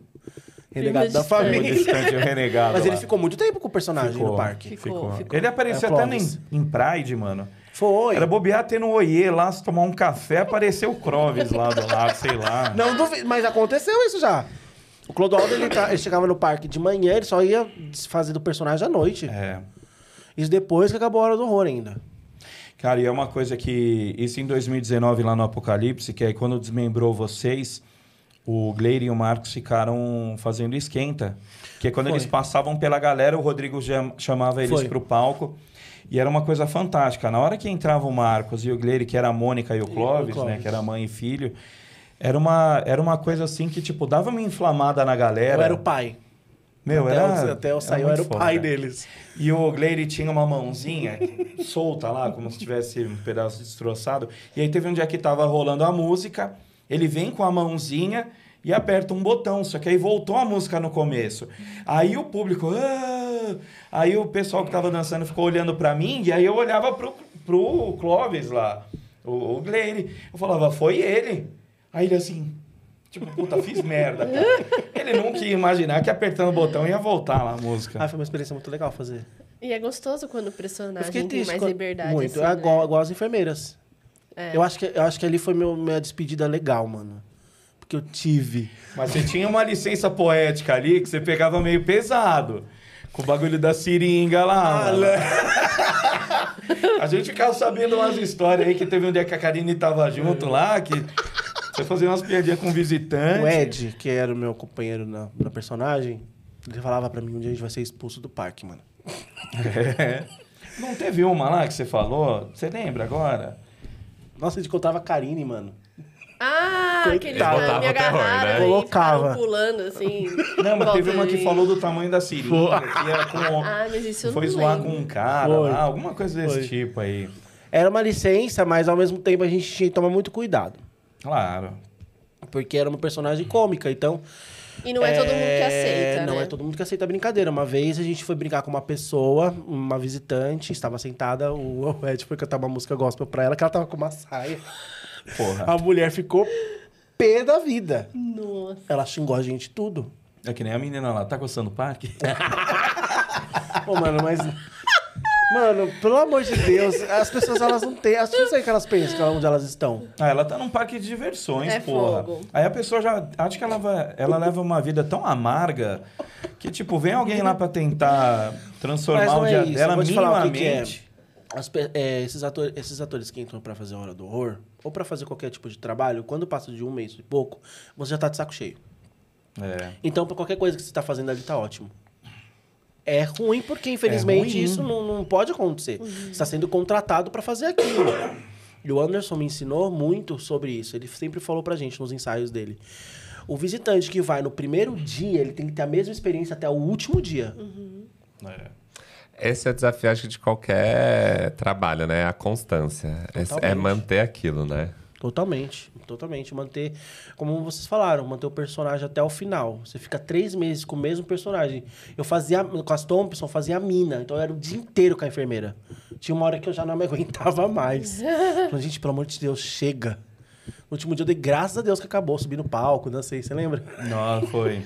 S3: renegado da
S4: distante.
S1: como
S3: família.
S1: distante o renegado.
S3: Mas ele
S1: lá.
S3: ficou muito tempo com o personagem
S1: Ficou,
S3: no parque.
S4: Ficou, ficou.
S1: Ele aparecia
S3: É,
S1: até em,
S3: Clóvis.
S1: em Pride, mano.
S3: Foi.
S1: Era bobear tendo um oiê lá, se tomar um café, apareceu o Crovis lá do lado, sei lá.
S3: Não duvido, mas aconteceu isso já. O Clodoaldo, ele, tá- ele chegava no parque de manhã, ele só ia desfazer do personagem à noite.
S1: É.
S3: Isso depois que acabou a Hora do Horror ainda.
S1: Cara, e é uma coisa que. Isso em 2019 lá no Apocalipse, que aí quando desmembrou vocês, o Gleire e o Marcos ficaram fazendo esquenta. Que é quando
S3: Foi.
S1: eles passavam pela galera, o Rodrigo jam- chamava eles
S3: Foi.
S1: pro palco. E era uma coisa fantástica. Na hora que entrava o Marcos e o Gleire, que era a Mônica e o Clóvis, né?
S3: Clóvis.
S1: Que era mãe e filho. Era uma, era uma coisa assim que, tipo, dava uma inflamada na galera.
S3: Eu era o pai.
S1: Meu,
S3: até,
S1: era.
S3: eu, até eu sair, eu
S1: muito
S3: era o pai
S1: foda.
S3: deles.
S1: E o Gleire tinha uma mãozinha solta lá, como se tivesse um pedaço destroçado. E aí teve um dia que tava rolando a música, ele vem com a mãozinha e aperta um botão, só que aí voltou a música no começo. Aí o público. "Ah!" Aí o pessoal que tava dançando ficou olhando pra mim, e aí eu olhava pro, pro Clóvis lá, o, o Gleire. Eu falava, foi ele. Aí ele assim. Tipo, puta, fiz merda. cara." Ele nunca ia imaginar que apertando o botão ia voltar lá a música.
S3: Ah, foi uma experiência muito legal fazer.
S4: E é gostoso quando o
S3: Eu
S4: personagem
S3: fiquei
S4: tem
S3: triste.
S4: mais
S3: quando-
S4: liberdade.
S3: Muito.
S4: assim,
S3: é
S4: né?
S3: igual, igual as enfermeiras.
S4: É.
S3: Eu, acho que, eu acho que ali foi meu, minha despedida legal, mano. Porque eu tive.
S1: Mas você tinha uma licença poética ali que você pegava meio pesado. Com o bagulho da seringa lá. mano. A gente ficava sabendo umas histórias aí que teve um dia que a Karine tava junto lá, que você fazia umas piadinhas com um visitante.
S3: O Ed, que era o meu companheiro na, na personagem, ele falava pra mim, um dia a gente vai ser expulso do parque, mano.
S1: É. Não teve uma lá que você falou? Você lembra agora?
S3: Nossa, a gente contava a Karine, mano.
S4: Ah,
S3: Coitado.
S4: aquele cara me
S2: Botava terror, né?
S4: agarraram e
S3: Colocava.
S4: ficaram pulando assim.
S1: Não, mas
S4: em
S1: teve
S4: volta
S1: uma
S4: de
S1: que
S4: mim.
S1: falou do tamanho da seringa. Que era com...
S4: Ah, mas isso eu
S1: Foi
S4: não
S1: zoar
S4: lembro.
S1: com um cara
S3: Foi.
S1: lá, alguma coisa desse
S3: Foi.
S1: tipo aí.
S3: Era uma licença, mas ao mesmo tempo a gente tinha que tomar muito cuidado.
S1: Claro.
S3: Porque era uma personagem cômica, então.
S4: E não é, todo mundo que aceita,
S3: Não
S4: né?
S3: é todo mundo que aceita a brincadeira. Uma vez a gente foi brincar com uma pessoa, uma visitante, estava sentada, o o Ed foi cantar uma música gospel pra ela, que ela tava com uma saia.
S1: Porra.
S3: A mulher ficou pé da vida.
S4: Nossa.
S3: Ela xingou a gente tudo.
S1: É que nem a menina lá, tá gostando do parque?
S3: Pô, mano, mas. Mano, pelo amor de Deus, as pessoas elas não têm. As pessoas aí que elas pensam que é onde elas estão.
S1: Ah, ela tá num parque de diversões,
S4: É
S1: porra.
S4: fogo.
S1: Aí a pessoa já. Acho que ela, vai- ela leva uma vida tão amarga que, tipo, vem alguém lá pra tentar
S3: Mas
S1: transformar
S3: não
S1: o
S3: é
S1: dia
S3: isso, eu
S1: dela
S3: vou te falar o que que é.
S1: minimamente.
S3: As pe- é, esses, ator- esses atores que entram pra fazer a Hora do Horror, ou pra fazer qualquer tipo de trabalho, quando passa de um mês e pouco, você já tá de saco cheio.
S1: É.
S3: Então, pra qualquer coisa que você tá fazendo ali, tá ótimo. É ruim porque, infelizmente,
S1: É ruim.
S3: isso não, não pode acontecer. Você tá sendo contratado pra fazer aquilo. E o Anderson me ensinou muito sobre isso. Ele sempre falou pra gente nos ensaios dele. O visitante que vai no primeiro dia, ele tem que ter a mesma experiência até o último dia.
S1: É.
S2: Esse é o desafio, acho que, de qualquer trabalho, né? A constância. É- É
S3: Totalmente.
S2: manter aquilo, né?
S3: Totalmente, totalmente. Manter, como vocês falaram, manter o personagem até o final. Você fica três meses com o mesmo personagem. Eu fazia, com as Thompson, fazia a mina. Então eu era o dia inteiro com a enfermeira. Tinha uma hora que eu já não me aguentava mais. Falei, gente, pelo amor de Deus, chega. No último dia eu dei graças a Deus que acabou. Subi no palco, dancei, você lembra?
S1: Não, foi.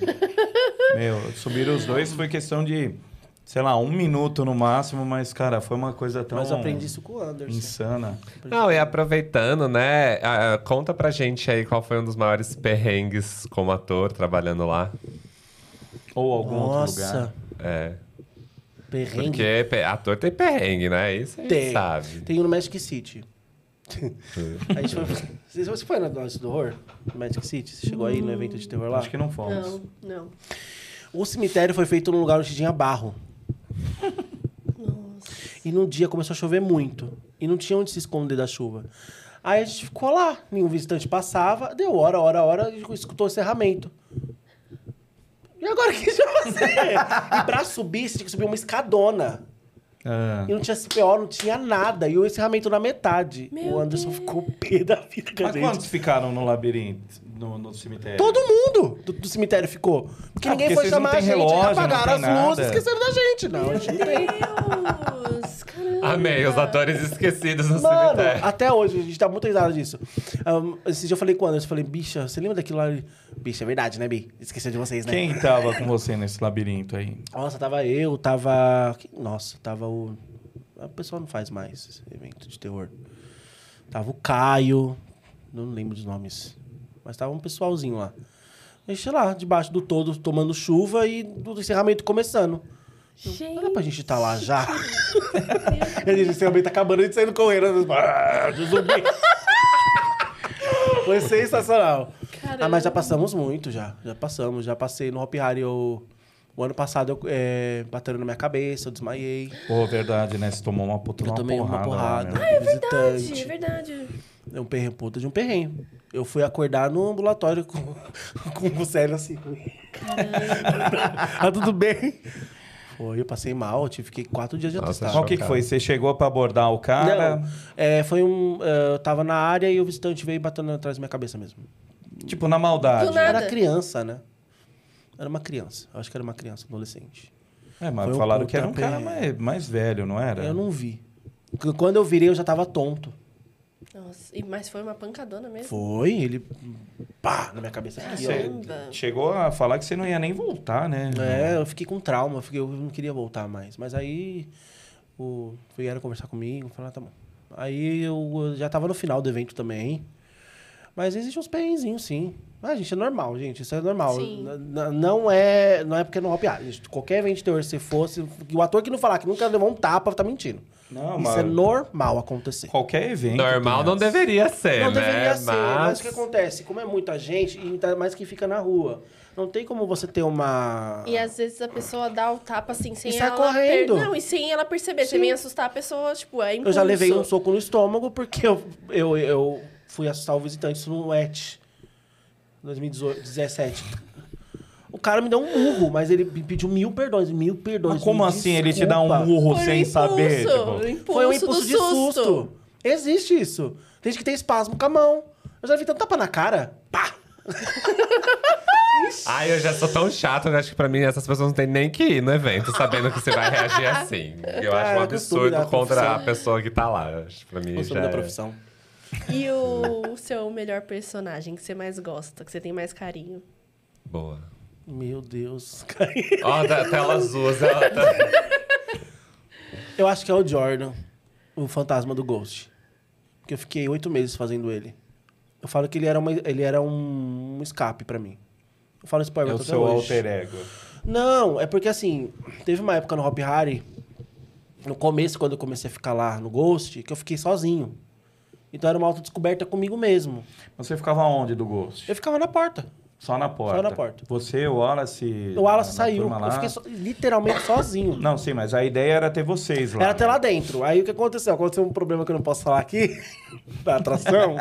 S1: Meu, subiram os dois foi questão de, sei lá, um minuto no máximo, mas, cara, foi uma coisa tão
S3: Mas eu aprendi isso com o Anderson.
S1: insana.
S2: Não, e aproveitando, né? ah, conta pra gente aí qual foi um dos maiores perrengues como ator trabalhando lá.
S1: Ou algum outro
S3: Nossa,
S1: lugar.
S2: É.
S3: perrengue.
S2: Porque pe- ator tem perrengue, né? Isso aí
S3: Tem.
S2: sabe.
S3: Tem um no Magic City. a gente foi... Vocês- Você foi na Noite do Horror? No Magic City? Você chegou aí no evento de terror lá?
S1: Acho que não fomos.
S4: Não, não.
S3: O cemitério foi feito num lugar onde tinha barro. E num dia começou a chover muito. E não tinha onde se esconder da chuva. Aí a gente ficou lá. Nenhum visitante passava. Deu hora, hora, hora. A gente escutou o encerramento. E agora o que a gente vai fazer? e pra subir, você tinha que subir uma escadona.
S1: Ah.
S3: E não tinha CPO, não tinha nada. E o encerramento na metade.
S4: Meu
S3: o Anderson ficou pé da vida com a
S1: Mas
S3: gente.
S1: quantos ficaram no labirinto, no, no cemitério?
S3: Todo mundo do, do cemitério ficou. Porque
S1: É. Ah,
S3: ninguém
S1: porque
S3: foi
S1: vocês não
S3: chamar
S1: têm
S3: a gente.
S1: relógio,
S3: apagaram
S1: não
S3: as
S1: tem
S3: luzes,
S1: nada.
S3: esqueceram da gente. Não, a gente não tem.
S4: Deus, caramba.
S2: Amei, os atores esquecidos no
S3: Mano,
S2: cemitério.
S3: até hoje, a gente tá muito risada disso. Um, esse dia eu falei com o Anderson, eu falei, bicha, você lembra daquilo lá? Ele, Bicha, é verdade, né, Bi? Esqueceu de vocês, né?
S1: Quem tava com você nesse labirinto aí?
S3: Nossa, tava eu, tava. quem- Nossa, tava o. O pessoal não faz mais esse evento de terror. Tava o Caio, não lembro dos nomes, mas tava um pessoalzinho lá. E sei lá, debaixo do todo, tomando chuva e do encerramento começando. Não dá pra gente estar lá já. Ele disse, encerramento tá acabando, a gente saindo correndo. Ah, de zumbi. Foi sensacional. Ah, mas já passamos muito, já. Já passamos. Já passei no Hop Hari. Eu... O ano passado, eu, é, bateram na minha cabeça, eu desmaiei.
S1: Pô, verdade, né? Você tomou uma puta
S3: Eu
S1: uma
S3: tomei uma
S1: porrada. lá,
S3: porrada.
S1: meu.
S3: Ah, é
S4: Verdade, é verdade.
S3: É um perrengue, puta de um perrengue. Eu fui acordar no ambulatório com, com o Célio assim. ah, tudo bem? Foi, eu passei mal, eu tive, fiquei quatro dias de
S2: Nossa,
S3: atestado.
S1: Qual que, que foi? Você chegou pra abordar o cara?
S3: Não, é, foi um. é, Eu tava na área e o visitante veio batendo atrás da minha cabeça mesmo.
S1: Tipo, na maldade.
S4: Do nada.
S3: Era criança, né? Era uma criança. Eu acho que era uma criança, adolescente.
S1: É, mas
S3: Foi um
S1: falaram que era um
S3: pontapé.
S1: cara mais, mais velho, não era?
S3: Eu não vi. Qu- Quando eu virei, eu já tava tonto.
S4: Nossa, e- mas foi uma pancadona mesmo.
S3: Foi, ele. pá, na minha cabeça. Aqui,
S1: Você
S3: ó.
S4: Caramba.
S1: chegou a falar que você não ia nem voltar, né?
S3: É, eu fiquei com trauma, eu fiquei- eu não queria voltar mais. Mas aí. O, vieram conversar comigo, falaram, tá bom. Aí eu eu já tava no final do evento também. Mas existe uns perrenguinhos, sim. Ah, gente, é normal, gente. Isso é normal.
S4: Sim.
S3: N- n- Não é, não é porque não hop gente, Qualquer evento de terror que você fosse, o ator que não falar que nunca levou um tapa tá mentindo.
S1: Não,
S3: Isso
S1: mas
S3: é normal acontecer.
S1: qualquer evento. né?
S2: Normal não
S1: Pinhas.
S2: deveria ser,
S3: Não
S2: né?
S3: deveria ser, mas o que
S2: Mas-
S3: acontece? Como é muita gente, e ainda mais que fica na rua, não tem como você ter uma.
S4: E às vezes a pessoa dá o tapa assim, sem
S3: E sai
S4: ela
S3: correndo.
S4: Não, e sem ela perceber. Você
S3: Sim.
S4: vem assustar a pessoa, tipo, é impulso.
S3: Eu já levei um soco no estômago porque eu, eu, eu fui assustar o visitante isso no ET 2017. O cara me deu um murro, mas ele me pediu mil perdões, mil perdões.
S1: Mas como
S3: me
S1: assim ele te dá um
S3: desculpa.
S1: murro
S4: Foi um
S1: sem
S4: impulso,
S1: saber?
S4: um
S1: Tipo,
S4: impulso
S3: Foi um impulso
S4: do
S3: de
S4: susto.
S3: susto. Existe isso. Tem gente que tem espasmo com a mão. Eu já vi tanto tapa na cara. Pá!
S2: Ai, eu já sou tão chato, né? Acho que pra mim essas pessoas não têm nem que ir no evento sabendo que você vai reagir assim. Eu
S3: Ah,
S2: acho um
S3: é costume da
S2: absurdo contra a
S3: profissão.
S2: pessoa que tá lá. Eu Acho que pra mim
S3: Gostando
S2: já
S3: da
S2: é.
S3: profissão.
S4: E o, o seu melhor personagem que você mais gosta, que você tem mais carinho?
S2: Boa.
S3: Meu Deus.
S2: Ó, da tela azul, ela tá...
S3: Eu acho que é o Jordan, o fantasma do Ghost. Porque eu fiquei oito meses fazendo ele. Eu falo que ele era, uma- ele era um, um escape pra mim. Eu falo
S1: é
S3: spoiler
S1: o
S3: até
S1: seu
S3: hoje.
S1: alter ego.
S3: Não, é porque assim, teve uma época no Hop Harry, no começo, quando eu comecei a ficar lá no Ghost, que eu fiquei sozinho. Então era uma autodescoberta comigo mesmo.
S1: Você ficava onde do Ghost?
S3: Eu ficava na porta.
S1: Só na porta.
S3: na porta.
S1: Você, o Wallace.
S3: O Wallace
S1: na
S3: saiu.
S1: turma lá?
S3: Eu fiquei so- literalmente sozinho.
S1: Não, sim, mas a ideia era ter vocês lá.
S3: Era até lá dentro. Aí o que aconteceu? Aconteceu um problema que eu não posso falar aqui, da atração.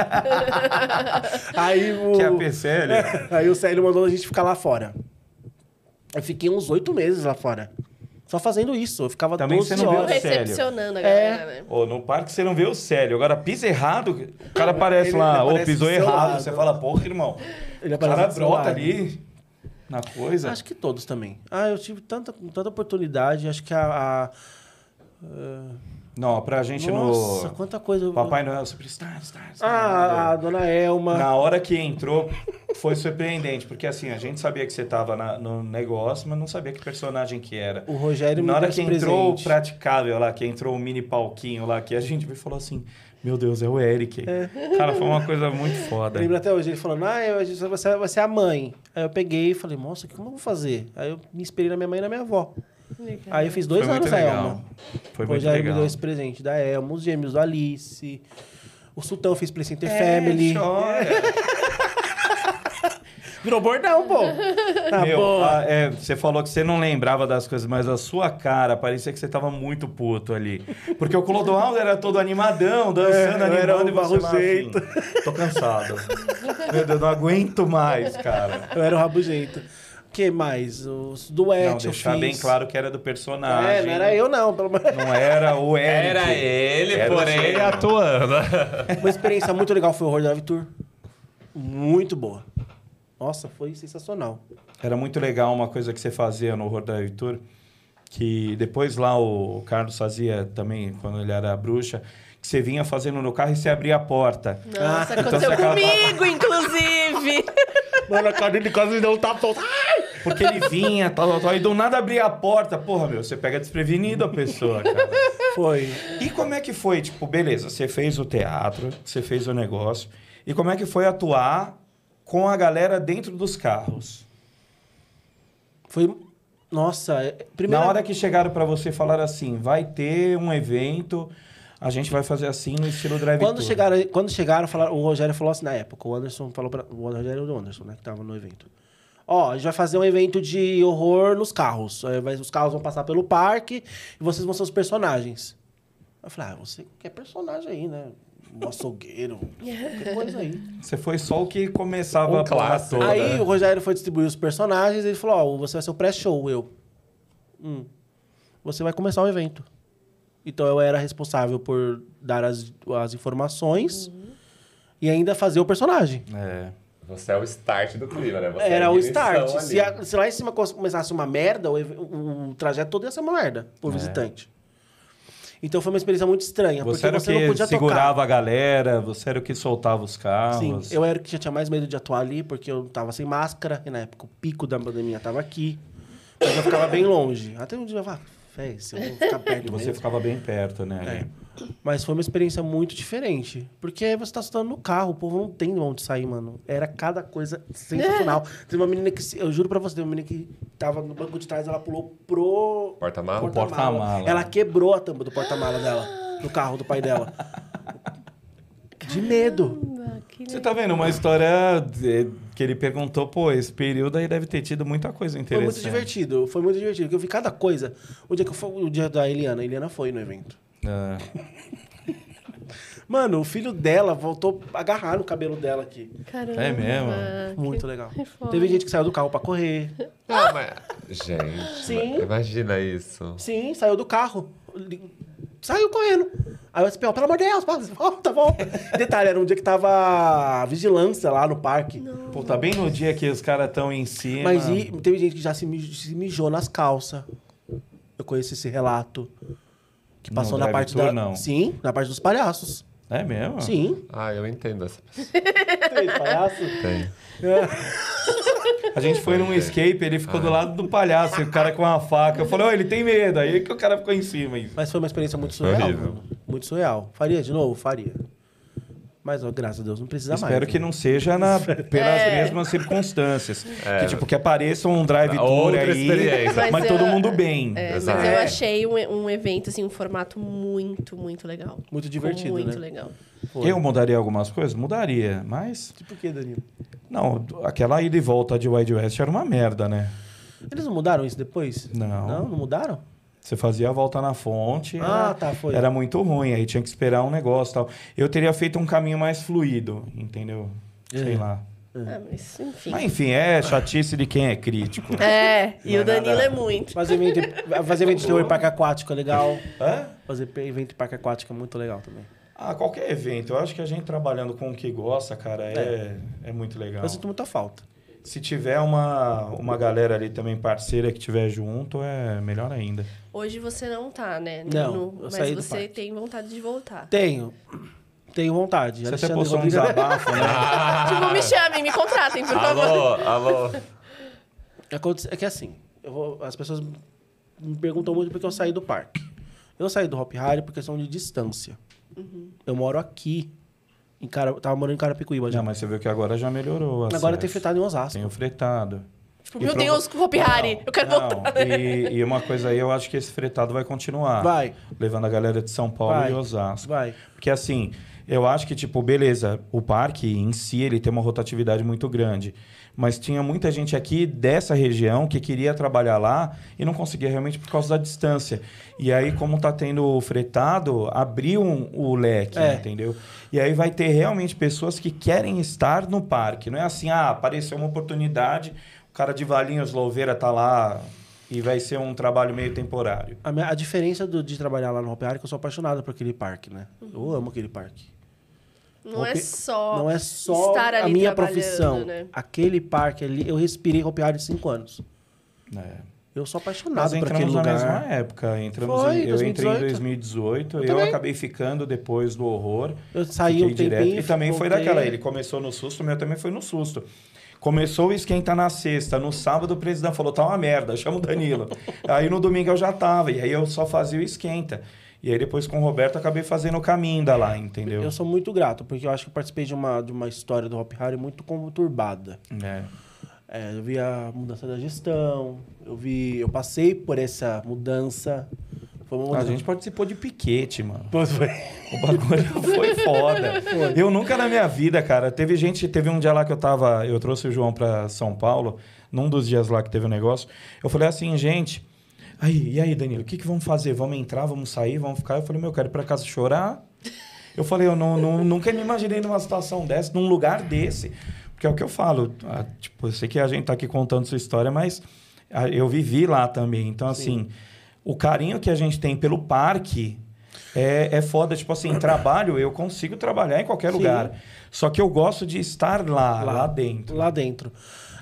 S3: aí o...
S1: Que é a Pecélia.
S3: Aí o Célio mandou a gente ficar lá fora. Eu fiquei uns oito meses lá fora. Só fazendo isso. Eu ficava
S1: Também
S3: 12
S1: você não viu
S4: Ou
S1: Sério.
S3: horas.
S4: Tipo, recepcionando a
S3: É.
S4: galera, né?
S1: Ô, no parque você não vê o Célio. Agora, pisa errado, o cara aparece
S3: Ele
S1: lá, ô,
S3: aparece
S1: pisou
S3: do seu
S1: errado.
S3: lado.
S1: Você fala, porra, irmão.
S3: Ele
S1: O cara
S3: aparece do seu
S1: brota
S3: lado.
S1: ali na coisa.
S3: Acho que todos também. Ah, eu tive tanta, tanta oportunidade. Acho que a. a-
S1: Não, pra gente
S3: nossa,
S1: no...
S3: quanta coisa. eu-
S1: Papai Noel, "Tá, Superstar, Star, Star.
S3: Ah, a dona Elma.
S1: tá, Na hora que entrou, foi surpreendente. Porque assim, a gente sabia que você tava na- no negócio, mas não sabia que personagem que era.
S3: O Rogério me
S1: Na hora
S3: deu
S1: que
S3: esse
S1: entrou o
S3: presente.
S1: praticável lá, que entrou o mini palquinho lá, que a gente veio e falou assim, meu Deus, é o Eric. Cara, foi uma coisa muito foda.
S3: Eu lembro até hoje, ele falando, ah, eu, a gente vai, ser, vai ser a mãe. Aí eu peguei e falei, nossa, como eu vou fazer? Aí eu me inspirei na minha mãe e na minha avó. Aí eu fiz dois
S1: foi muito
S3: anos a
S1: legal.
S3: Elma.
S1: Foi
S3: Hoje
S1: muito
S3: ela me
S1: legal.
S3: deu esse presente da Elma, os gêmeos do Alice. O Sultão fez Placenter
S1: É,
S3: Family.
S1: chora.
S3: Virou bordão, pô. Tá
S1: Meu,
S3: bom.
S1: a- é, você falou que você não lembrava das coisas, mas a sua cara parecia que você tava muito puto ali. Porque o Clodoaldo era todo animadão, dançando,
S3: É, eu era
S1: animando, e
S3: o
S1: você lá,
S3: barrugento.
S1: assim, Tô cansado. Meu Deus, não aguento mais, cara.
S3: Eu era o rabugento. O que mais? Os duetes
S1: não,
S3: É, eu
S1: deixar
S3: fiz.
S1: bem claro que era do personagem.
S3: É, não era eu não, pelo menos.
S1: Não era o Eric.
S2: Era ele,
S1: Era o
S2: porém,
S1: Gênio.
S2: atuando.
S3: Uma experiência muito legal foi o Horror Drive Tour. Muito boa. Nossa, foi sensacional.
S1: Era muito legal uma coisa que você fazia no Horror Drive Tour, que depois lá o Carlos fazia também, quando ele era bruxa, que você vinha fazendo no carro e você abria a porta.
S4: Nossa,
S1: então
S4: aconteceu
S1: você acaba-
S4: comigo, inclusive.
S3: Mano, a Karine quase me deu um tapão.
S1: Porque ele vinha, tal, tal, tal, e do nada abria a porta. Porra, meu, você pega desprevenido a pessoa, cara.
S3: Foi.
S1: E como é que foi? Tipo, beleza, você fez o teatro, você fez o negócio. E como é que foi atuar com a galera dentro dos carros?
S3: Foi. Nossa, é- primeira
S1: Na hora que chegaram pra você falar assim, vai ter um evento, a gente vai fazer assim no estilo drive
S3: Quando chegaram, quando chegaram falaram, o Rogério falou assim na época, o Anderson falou para o Rogério do Anderson, né, que tava no evento. Ó, a gente vai fazer um evento de horror nos carros. Aí vai- Os carros vão passar pelo parque e vocês vão ser os personagens. Eu falei, ah, você quer personagem aí, né? Um açougueiro, qualquer coisa aí.
S1: Você foi só o que começava
S2: Um
S1: a porra
S2: clássico.
S1: toda. né?
S3: Aí o Rogério foi distribuir os personagens e ele falou: Ó, você vai ser o pré-show, eu. Hum. Você vai começar o evento. Então eu era responsável por dar as, as informações e ainda fazer o personagem.
S1: É.
S2: Você é o start do clima, né? Você é
S3: era
S2: a
S3: o
S2: ignição
S3: start.
S2: ali.
S3: Se, a- se lá em cima co- começasse uma merda, o, eve- o- o trajeto todo ia ser uma merda por visitante. Então foi uma experiência muito estranha,
S1: É. Você era
S3: é,
S1: o
S3: porque você
S1: que
S3: não podia
S1: segurava
S3: tocar.
S1: a galera, você era o que soltava os
S3: Sim,
S1: carros.
S3: eu era o que já tinha mais medo de atuar ali, porque eu tava sem máscara, e na época o pico da pandemia tava aqui. Mas eu ficava bem longe. Até um dia eu falava, "Fé, se eu vou ficar perto
S1: E
S3: de
S1: você
S3: você.
S1: ficava bem perto, né?
S3: É.
S1: ali.
S3: Mas foi uma experiência muito diferente. Porque você tá estudando no carro, o povo não tem de onde sair, mano. Era cada coisa sensacional. Teve uma menina que, se- eu juro pra você, teve uma menina que tava no banco de trás, ela pulou pro
S2: Porta-mala?
S1: Porta-mala.
S3: Ela quebrou a tampa do porta-mala dela, do carro do pai dela. De medo.
S4: Que
S1: Você tá vendo uma história de- que ele perguntou, pô, esse período aí deve ter tido muita coisa
S3: Foi muito
S1: interessante.
S3: divertido, foi muito divertido. Porque eu vi cada coisa. O dia que eu fui, o dia da Eliana, a Eliana foi no evento.
S1: É.
S3: Mano, o filho dela voltou a agarrar no cabelo dela aqui.
S4: Caramba.
S1: É mesmo?
S3: Muito legal.
S4: Ah, foda.
S3: Teve gente que saiu do carro pra correr.
S2: Ah, mas... Gente,
S3: Sim.
S2: imagina isso.
S3: Sim, saiu do carro. Li- Saiu correndo. Aí o SPO, pelo amor de Deus, pá, volta, volta. Detalhe, era um dia que tava a vigilância lá no parque.
S1: Pô, tá bem no dia que os caras estão em cima.
S3: Mas e, teve gente que já se, mij- se mijou nas calças. Eu conheço esse relato. Que
S1: No
S3: passou na
S1: drive
S3: parte
S1: tour,
S3: da.
S1: não.
S3: Sim, na parte dos palhaços.
S1: É mesmo?
S3: Sim.
S2: Ah, eu entendo essa pessoa.
S3: Tem palhaço?
S2: Tem.
S1: A gente foi
S2: É.
S1: num escape, ele ficou do lado do palhaço, e o cara com uma faca. Eu falei, ó, ele tem medo. Aí que o cara ficou em cima. Isso.
S3: Mas foi uma experiência muito
S2: Foi
S3: surreal.
S2: horrível.
S3: mano. Muito surreal. Faria de novo? Faria. Mas, ó, graças a Deus, não precisa mais. né?
S1: Espero que não seja na-
S3: É.
S1: pelas mesmas circunstâncias. Que, tipo, que apareça um drive tour
S2: É. Outra
S1: aí,
S2: experiência.
S1: mas,
S4: Mas
S1: todo
S4: eu-
S1: mundo bem.
S4: É, mas
S2: Exato.
S4: eu achei um, um evento, assim, um formato muito, muito legal.
S3: Muito
S4: Ficou
S3: divertido,
S4: Muito
S3: né?
S4: legal.
S3: Foi.
S1: Eu mudaria algumas coisas? Mudaria, mas...
S3: Tipo o quê, Danilo?
S1: Não, aquela ida e volta de Wide West era uma merda, né?
S3: Eles não mudaram isso depois?
S1: Não.
S3: Não, não mudaram?
S1: Você fazia a volta na fonte.
S3: Ah,
S1: era-
S3: tá, foi.
S1: Era muito ruim, aí tinha que esperar um negócio e tal. Eu teria feito um caminho mais fluido, entendeu? Sei
S3: Uhum.
S1: lá.
S4: Ah, mas, enfim.
S1: Mas enfim, é chatice de quem é crítico.
S4: É, e
S1: Não é
S4: o Danilo
S1: nada-
S4: é muito.
S3: Fazer evento, fazer evento de terror em parque aquático é legal.
S1: Hã?
S3: Fazer pe- evento em parque aquático é muito legal também.
S1: Ah, qualquer evento. Eu acho que a gente trabalhando com o que gosta, cara, é, é. muito legal.
S3: Eu sinto muita falta.
S1: Se tiver uma, uma galera ali também parceira que tiver junto, é melhor ainda.
S4: Hoje você não tá, né?
S3: Não, eu
S4: mas
S3: saí do
S4: você
S3: parque.
S4: tem vontade de voltar.
S3: Tenho. Tenho vontade.
S1: Você até
S3: Alexandre
S1: postou um
S3: Rodrigues- Ah,
S1: desabafo, né?
S4: Tipo, me chamem, me contratem, por favor.
S2: Alô, alô.
S3: Aconte- É que assim, eu vou- as pessoas me perguntam muito porque eu saí do parque. Eu saí do Hop Harry por questão de distância.
S1: Uhum.
S3: Eu moro aqui. Em Cara... eu Tava morando em Carapicuíba já.
S1: Não, mas você viu que agora já melhorou. o
S3: Agora
S1: acesso.
S3: tem fritado em Osasco.
S1: Tem o fretado.
S4: Tipo,
S1: E
S4: meu
S1: prova-
S4: Deus, com o Hopi Hari, eu quero
S1: Não,
S4: voltar.
S1: E, e uma coisa aí, eu acho que esse fretado vai continuar.
S3: Vai.
S1: Levando a galera de São Paulo
S3: Vai.
S1: e Osasco.
S3: Vai.
S1: Porque assim, eu acho que, tipo, beleza, o parque em si ele tem uma rotatividade muito grande. Mas tinha muita gente aqui dessa região que queria trabalhar lá e não conseguia realmente por causa da distância. E aí, como tá tendo o fretado, abriu um- o leque,
S3: É.
S1: entendeu? E aí vai ter realmente pessoas que querem estar no parque. Não é assim, ah, apareceu uma oportunidade, o cara de Valinhos Louveira tá lá e vai ser um trabalho meio temporário.
S3: A, minha- a diferença do- de trabalhar lá no Hop Harry é que eu sou apaixonado por aquele parque, né?
S1: Uhum.
S3: Eu amo aquele parque.
S4: Não é
S3: Hopi-
S4: só
S3: não é só
S4: estar
S3: a
S4: ali
S3: minha
S4: trabalhando,
S3: profissão.
S4: Né?
S3: Aquele parque ali, eu respirei Hop Harry cinco anos.
S1: né?
S3: Eu sou apaixonado
S1: Nós
S3: por
S1: entramos
S3: aquele
S1: na
S3: lugar.
S1: mesma época. Entramos
S3: Foi,
S1: em- eu entrei em
S3: 2018.
S1: 2018, eu,
S3: também.
S1: acabei ficando depois do horror.
S3: Eu saí
S1: fiquei
S3: um tempinho,
S1: E também foi
S3: voltei.
S1: daquela, ele começou no susto, o meu também foi no susto. Começou o esquenta na sexta, no sábado o presidente falou, tá uma merda, chama o Danilo. aí no domingo eu já tava, e aí eu só fazia o esquenta. E aí depois com o Roberto eu acabei fazendo o caminho da lá, entendeu?
S3: Eu sou muito grato, porque eu acho que eu participei de uma, de uma história do Hop Harry muito conturbada.
S1: É.
S3: É, eu vi a mudança da gestão, eu vi. Eu passei por essa mudança. Foi uma
S1: A
S3: mudança.
S1: gente participou de piquete, mano.
S3: Pô, foi.
S1: O bagulho foi foda. Eu nunca na minha vida, cara. Teve gente, teve um dia lá que eu tava. Eu trouxe o João pra São Paulo, num dos dias lá que teve o negócio. Eu falei assim, gente. Aí, e aí, Danilo, o que, que vamos fazer? Vamos entrar, vamos sair, vamos ficar? Eu falei, meu, eu quero ir pra casa chorar. Eu falei, eu não, não- nunca me imaginei numa situação dessa, num lugar desse. Porque é o que eu falo. ah, tipo, eu sei que a gente tá aqui contando sua história, mas ah, eu vivi lá também. Então, assim, o carinho que a gente tem pelo parque é, é foda. Tipo assim, trabalho, eu consigo trabalhar em qualquer
S3: Sim.
S1: lugar. Só que eu gosto de estar lá, lá,
S3: Lá.
S1: dentro.
S3: Lá dentro.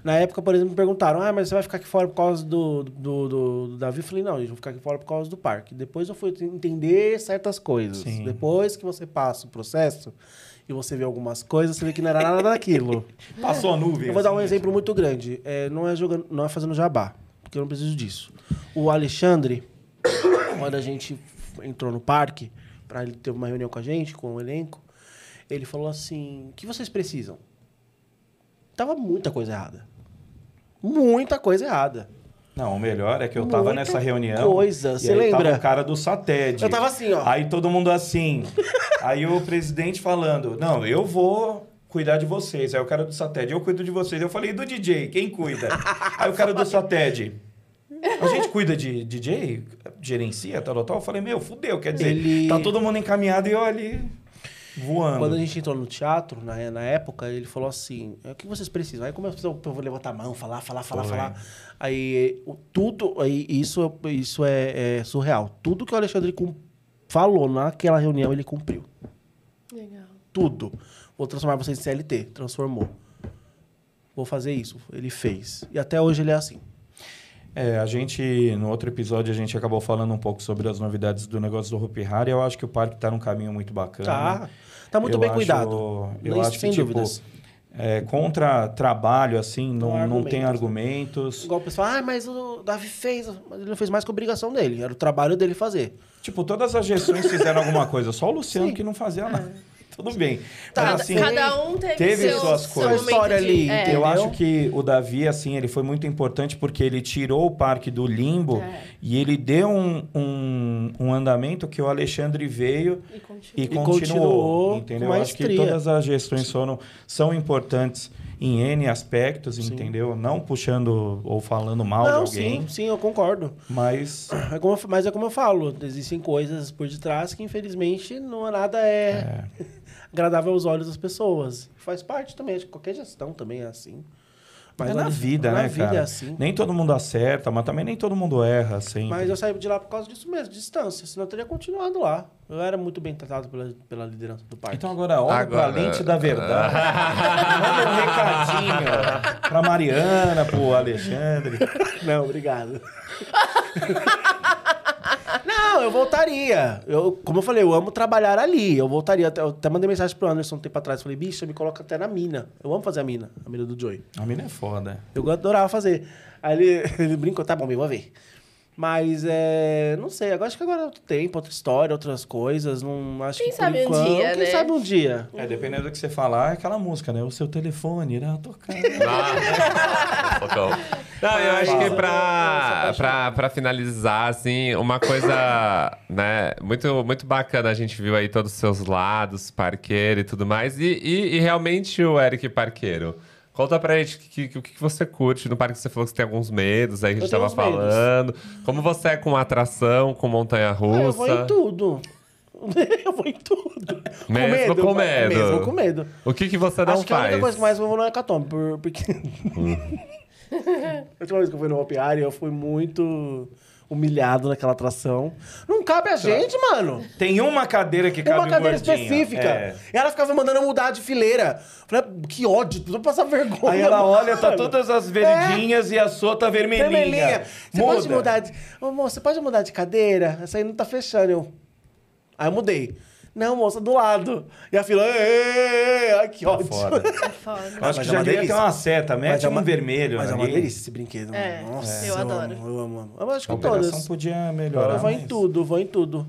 S3: Na época, por exemplo, me perguntaram: Ah, mas você vai ficar aqui fora por causa do, do, do, do Davi? Eu falei: Não, gente, eu vou ficar aqui fora por causa do parque. Depois eu fui entender certas coisas.
S1: Sim.
S3: Depois que você passa o processo e você vê algumas coisas, você vê que não era nada daquilo.
S1: Passou a nuvem.
S3: Eu vou dar um
S1: assim,
S3: exemplo muito grande. É, não, é jogando, não é fazendo jabá, porque eu não preciso disso. O Alexandre, quando a gente entrou no parque, pra ele ter uma reunião com a gente, com o elenco, ele falou assim: o que vocês precisam? Tava muita coisa errada. Muita coisa errada.
S1: Não, o melhor é que eu tava
S3: Muita
S1: nessa reunião.
S3: coisa,
S1: e
S3: cê
S1: aí Tava
S3: lembra?
S1: o cara do Sated.
S3: Eu tava assim, ó.
S1: Aí todo mundo assim. aí o presidente falando: Não, eu vou cuidar de vocês. Aí o cara do Sated, eu cuido de vocês. Eu falei, e do DJ, quem cuida? aí o cara do Sated. A gente cuida de DJ, gerencia, tal, tal, tal. Eu falei, meu, fudeu, quer dizer,
S3: Ele-
S1: tá todo mundo encaminhado e eu ali voando.
S3: Quando a gente entrou no teatro, na, na época, ele falou assim: "É, o que vocês precisam? Aí começou o povo a levantar a mão, falar, falar, falar,
S1: Foi.
S3: falar. Aí o, tudo, aí, isso, isso é, é surreal. Tudo que o Alexandre cum- falou naquela reunião, ele cumpriu.
S4: Legal.
S3: Tudo. Vou transformar vocês em CLT. Transformou. Vou fazer isso. Ele fez. E até hoje ele é assim.
S1: É, a gente, no outro episódio, a gente acabou falando um pouco sobre as novidades do negócio do Hopi Hari. Eu acho que o parque tá num caminho muito bacana.
S3: Tá. Tá muito
S1: Eu
S3: bem
S1: acho-
S3: cuidado.
S1: Eu
S3: Isso,
S1: acho que,
S3: sem
S1: tipo,
S3: dúvidas.
S1: é, contra trabalho, assim, não,
S3: Não há
S1: não tem argumentos.
S3: Igual o pessoal, ah, mas o Davi fez. Mas ele não fez mais que a obrigação dele. Era o trabalho dele fazer.
S1: Tipo, todas as gestões fizeram alguma coisa, só o Luciano que não fazia nada. Tudo bem.
S3: Tá,
S1: Mas,
S4: Cada,
S1: assim,
S4: cada um teve,
S1: teve
S4: seu,
S1: suas
S4: seu
S1: coisas.
S4: momento
S3: História
S4: de-
S3: ali,
S4: é.
S1: Eu
S3: entendeu?
S1: acho que o Davi, assim, ele foi muito importante porque ele tirou o parque do limbo
S4: É.
S1: e ele deu um, um, um andamento que o Alexandre veio
S4: E continua.
S1: e,
S3: E
S1: continuou,
S3: continuou com
S1: entendeu? Eu acho que
S3: maestria.
S1: todas as gestões foram, são importantes em N aspectos, entendeu? Não puxando ou falando mal de
S3: Não,
S1: alguém,
S3: sim, sim, eu concordo.
S1: mas
S3: É como, eu- mas é como eu falo, existem coisas por detrás que, infelizmente, não é nada é, agradável aos olhos das pessoas. Faz parte também, acho que qualquer gestão também é assim.
S1: Mas é
S3: olha-
S1: na vida,
S3: na
S1: né,
S3: vida
S1: cara?
S3: é assim.
S1: Nem todo mundo acerta, mas também nem todo mundo erra, assim.
S3: Mas eu saí de lá por causa disso mesmo, distância, senão eu teria continuado lá. Eu era muito bem tratado pela, pela liderança do parque.
S1: Então agora olha
S2: Agora-
S1: pra lente da verdade. Manda um recadinho pra Mariana, pro Alexandre.
S3: Não, obrigado. Não, eu voltaria. Eu, como eu falei, eu amo trabalhar ali. Eu voltaria. Até- Eu até mandei mensagem pro Anderson um tempo atrás. Falei, bicho, me coloca até na mina. Eu amo fazer a mina, a mina do Joey.
S1: A mina é foda.
S3: Eu adorava fazer. Aí ele, ele brincou, tá bom, eu vou ver. Mas é. Não sei, agora acho que agora é outro tempo, outra história, outras coisas. Não acho
S4: Quem
S3: que. por
S4: sabe um
S3: enquanto-
S4: dia,
S3: Quem
S4: né?
S3: sabe um dia.
S1: É, dependendo do que você falar, é aquela música, né? O seu telefone irá tocar.
S2: Ah, focou. Não, eu acho que pra, pra, pra finalizar, assim, uma coisa, né, muito, muito bacana. A gente viu aí todos os seus lados, parqueiro e tudo mais. E, e- e realmente o Eric Parqueiro. Conta pra gente o que, que, o que você curte no parque. Você falou que você tem alguns medos aí que a
S3: Eu
S2: gente
S3: tenho
S2: tava
S3: uns medos.
S2: falando. Como você é com atração, com
S3: Ah, eu vou em
S2: montanha-russa?
S3: tudo. eu vou em tudo.
S2: Mesmo com medo.
S3: é Mesmo com medo.
S2: o que, que você não
S3: Acho que a única
S2: faz?
S3: coisa que mais eu vou no hecatombe, por, porque...
S1: Hum.
S3: a última vez que eu fui no Hopi Hari, eu fui muito humilhado naquela atração. Não cabe a gente, mano.
S1: Tem uma cadeira que cabe
S3: Uma
S1: um
S3: cadeira
S1: gordinho.
S3: específica.
S1: É.
S3: E ela ficava mandando eu mudar de fileira. Falei, "Ah, que ódio, tudo passar vergonha.
S1: Aí ela olha, tá
S3: mano.
S1: todas as verdinhas e a sua tá vermelhinha.
S3: É. Vermelhinha. Você
S1: Muda.
S3: pode mudar de. Ô, moça, você pode mudar de cadeira? Essa aí não tá fechando. Eu... Aí eu mudei. Não, moça, do lado. E a fila. "Ê, ê, ê". Ai,
S1: Tá
S3: que ódio.
S1: Foda. Eu
S4: É foda.
S1: acho
S3: Mas
S1: que
S3: é
S1: já
S3: uma
S1: devia ter
S3: delícia.
S1: uma seta, mete um vermelho
S3: Mas é uma
S1: ali.
S3: delícia esse brinquedo. mano.
S4: É,
S3: Nossa,
S4: eu adoro.
S3: amo, eu amo, amo. Eu acho
S1: A
S3: que
S1: operação
S3: todas.
S1: podia melhorar.
S3: Eu vou em
S1: um mas-
S3: tudo, vou em tudo.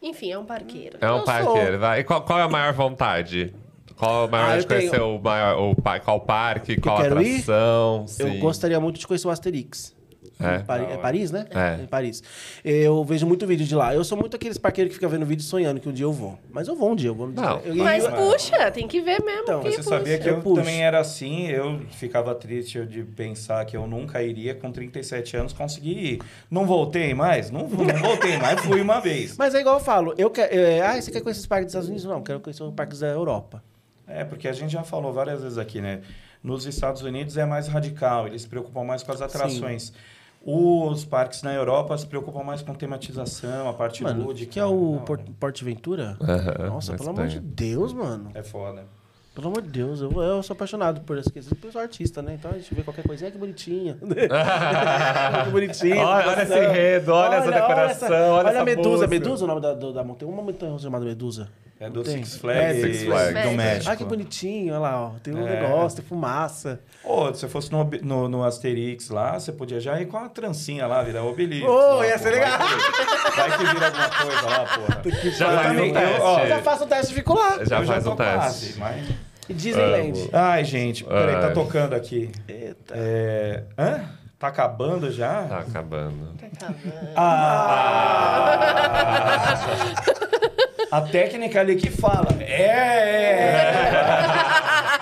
S4: Enfim, é um parqueiro.
S2: É
S3: Eu
S2: um
S3: sou.
S2: parqueiro, vai. E qual, qual é a maior vontade? Qual a maior
S3: Ah, eu
S2: de conhecer
S3: tenho-
S2: o maior, o, pa- qual parque, qual
S3: quero ir?
S2: atração?
S3: Eu gostaria muito de conhecer o Asterix.
S2: É?
S3: Em Pari- é Paris, né?
S2: É.
S3: Em Paris. Eu vejo muito vídeo de lá. Eu sou muito aqueles parqueiros que fica vendo vídeo sonhando que um dia eu vou. Mas eu vou um dia, eu vou um dia.
S2: Não,
S3: Eu-
S4: Mas
S3: eu-
S4: puxa, tem que ver mesmo.
S3: Então,
S4: que
S1: né? Você sabia
S4: puxa.
S1: que eu,
S3: puxo.
S1: também era assim, eu ficava triste eu de pensar que eu nunca iria, com 37 anos, conseguir ir. Não voltei mais? Não, vo- não voltei mais, fui uma vez.
S3: Mas é igual eu falo, eu quero. é, ah, você quer conhecer os parques dos Estados Unidos? Não, eu quero conhecer os parques da Europa.
S1: É, porque a gente já falou várias vezes aqui, né? Nos Estados Unidos é mais radical, eles se preocupam mais com as atrações. Os parques na Europa se preocupam mais com tematização, a parte
S3: Mano,
S1: lúdica.
S3: que é o
S1: Não,
S3: Port, Porte Ventura?
S2: Aham,
S3: Nossa,
S2: na
S3: pelo amor de
S2: Espanha.
S3: Deus, mano.
S1: É foda.
S3: Pelo amor de Deus, eu, eu sou apaixonado por isso. Eu sou artista, né? Então a gente vê qualquer coisinha, "Ai, que bonitinha. que bonitinha.
S2: Olha- olha esse enredo, olha essa decoração, olha essa
S3: a Medusa.
S2: música.
S3: Medusa é o nome da, do- da montanha. Uma montanha chamada Medusa.
S1: É do
S3: Tem.
S1: Six Flags,
S2: É, Six Flags.
S1: do México.
S3: Ah, que bonitinho, olha lá, ó. Tem um
S1: É.
S3: negócio, tem fumaça.
S1: Ou se você fosse no, ob- no, no Asterix lá, você podia já ir com a trancinha lá, virar obelisco.
S3: Ô,
S1: lá,
S3: ia
S1: pô,
S3: ser legal.
S1: Vai que, vai que vira alguma coisa lá, porra.
S2: Já faz um
S1: também, eu- ó,
S3: Eu já
S2: teste.
S3: faço o teste e fico lá.
S2: Já
S1: Eu
S2: faz
S1: tô
S2: um teste.
S1: quase, mas-
S3: Disneyland.
S1: Ai, gente, peraí, tá
S2: Ai.
S1: tocando aqui.
S3: Eita.
S1: É... Hã? Tá acabando já?
S2: Tá acabando.
S1: Ah.
S3: Ah.
S1: A técnica ali que fala. É! é, é.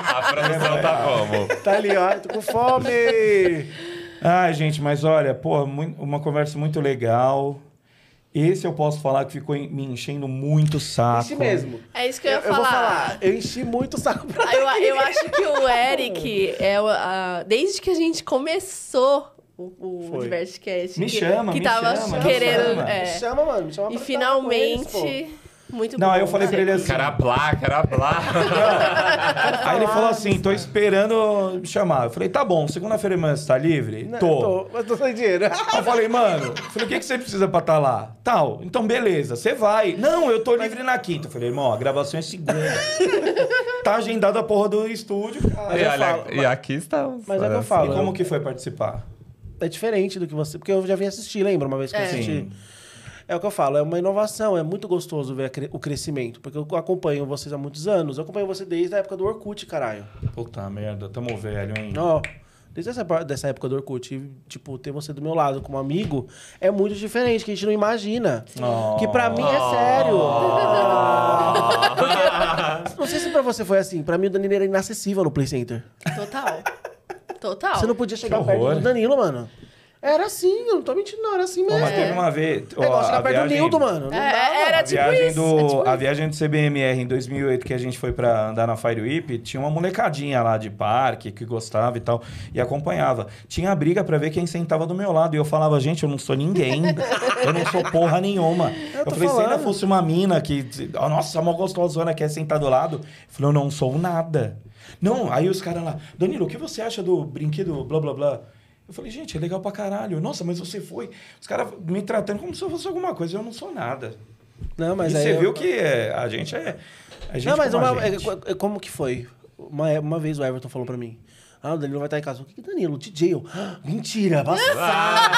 S2: A produção tá como?
S3: Tá ali, ó. Tô com fome.
S1: Ai, gente, mas olha, porra, mui- uma conversa muito legal. Esse eu posso falar que ficou en- me enchendo muito o
S2: Ah,
S1: saco.
S3: Enchi mesmo.
S4: É isso que eu ia
S3: vou
S4: falar.
S3: falar. Eu enchi muito o saco pra
S4: Ah, Eu, eu acho que o Eric é o- a- desde que a gente começou o, o
S3: Foi.
S4: Divertcast,
S1: Me
S4: que,
S1: chama,
S4: que
S1: me
S4: tava
S1: chama, me
S4: querendo,
S1: chama.
S4: é.
S3: Me chama, mano. Me chama
S4: e
S3: pra falar com eles,
S4: finalmente
S3: pô.
S4: muito
S1: Não,
S4: bom.
S1: aí eu falei pra ele assim.
S2: Caraplá, caraplá.
S1: Aí ele falou assim: tô esperando me chamar. Eu falei, tá bom, segunda-feira amanhã você tá livre?
S3: Não,
S1: tô.
S3: tô. Mas tô sem dinheiro.
S1: Aí eu falei, mano, eu falei, o que, que você precisa pra estar lá? Tal, então beleza, você vai. Não, eu tô livre na quinta. Eu falei, irmão, a gravação é segunda. tá agendada a porra do estúdio, cara.
S2: e,
S3: eu
S2: olha,
S3: falo,
S2: e aqui estamos.
S3: mas é que eu
S2: olha assim.
S1: E
S3: falo.
S1: como que foi participar?
S3: É diferente do que você... Porque eu já vim assistir, lembra? Uma vez que eu
S4: É.
S3: assisti.
S1: Sim.
S3: É o que eu falo, é uma inovação, é muito gostoso ver a cre- o crescimento, porque eu acompanho vocês há muitos anos, eu acompanho você desde a época do Orkut, caralho.
S1: Puta merda, tamo velho, hein?
S3: Ó, Desde essa, par- dessa época do Orkut, e, tipo, ter você do meu lado como amigo é muito diferente, que a gente não imagina. Que pra mim é sério. Porque- não sei se pra você foi assim. Pra mim o Danilo era inacessível no Play Center.
S4: Total. Total.
S3: Você não podia chegar
S1: Que
S3: perto
S1: horror.
S3: do Danilo, mano. Era assim, eu não tô mentindo, não. Era assim
S1: Pô,
S3: mesmo.
S1: mas teve uma vez.
S3: É igual
S1: ó,
S3: chegar
S1: a
S3: perto do
S1: viagem-
S3: Nildo, mano.
S4: É, era
S1: a
S4: tipo
S1: viagem
S4: isso.
S1: do,
S4: é tipo
S1: a
S4: isso.
S1: viagem do CBMR em 2008 que a gente foi pra andar na Fire Whip, tinha uma molecadinha lá de parque que gostava e tal e acompanhava. Tinha briga pra ver quem sentava do meu lado e eu falava, gente, eu não sou ninguém. eu não sou porra nenhuma. Eu,
S3: tô
S1: falei, se ainda
S3: falando.
S1: fosse uma mina que, "Ó, nossa, é uma gostosona quer sentar do lado. Eu falei, eu não sou nada. Não, aí os caras lá, Danilo, o que você acha do brinquedo blá blá blá? Eu falei, gente, é legal pra caralho. Nossa, mas você foi. Os caras me tratando como se eu fosse alguma coisa. Eu não sou nada
S3: Não, mas
S1: e
S3: aí
S1: você
S3: eu-
S1: viu que é, a gente é. A gente
S3: não, mas
S1: como a
S3: uma-
S1: gente.
S3: é- é- é como que foi? Uma, é, uma vez o Everton falou pra mim. Ah, o Danilo vai estar em casa. O que que Danilo? DJ? Eu, "Ah, mentira, passada.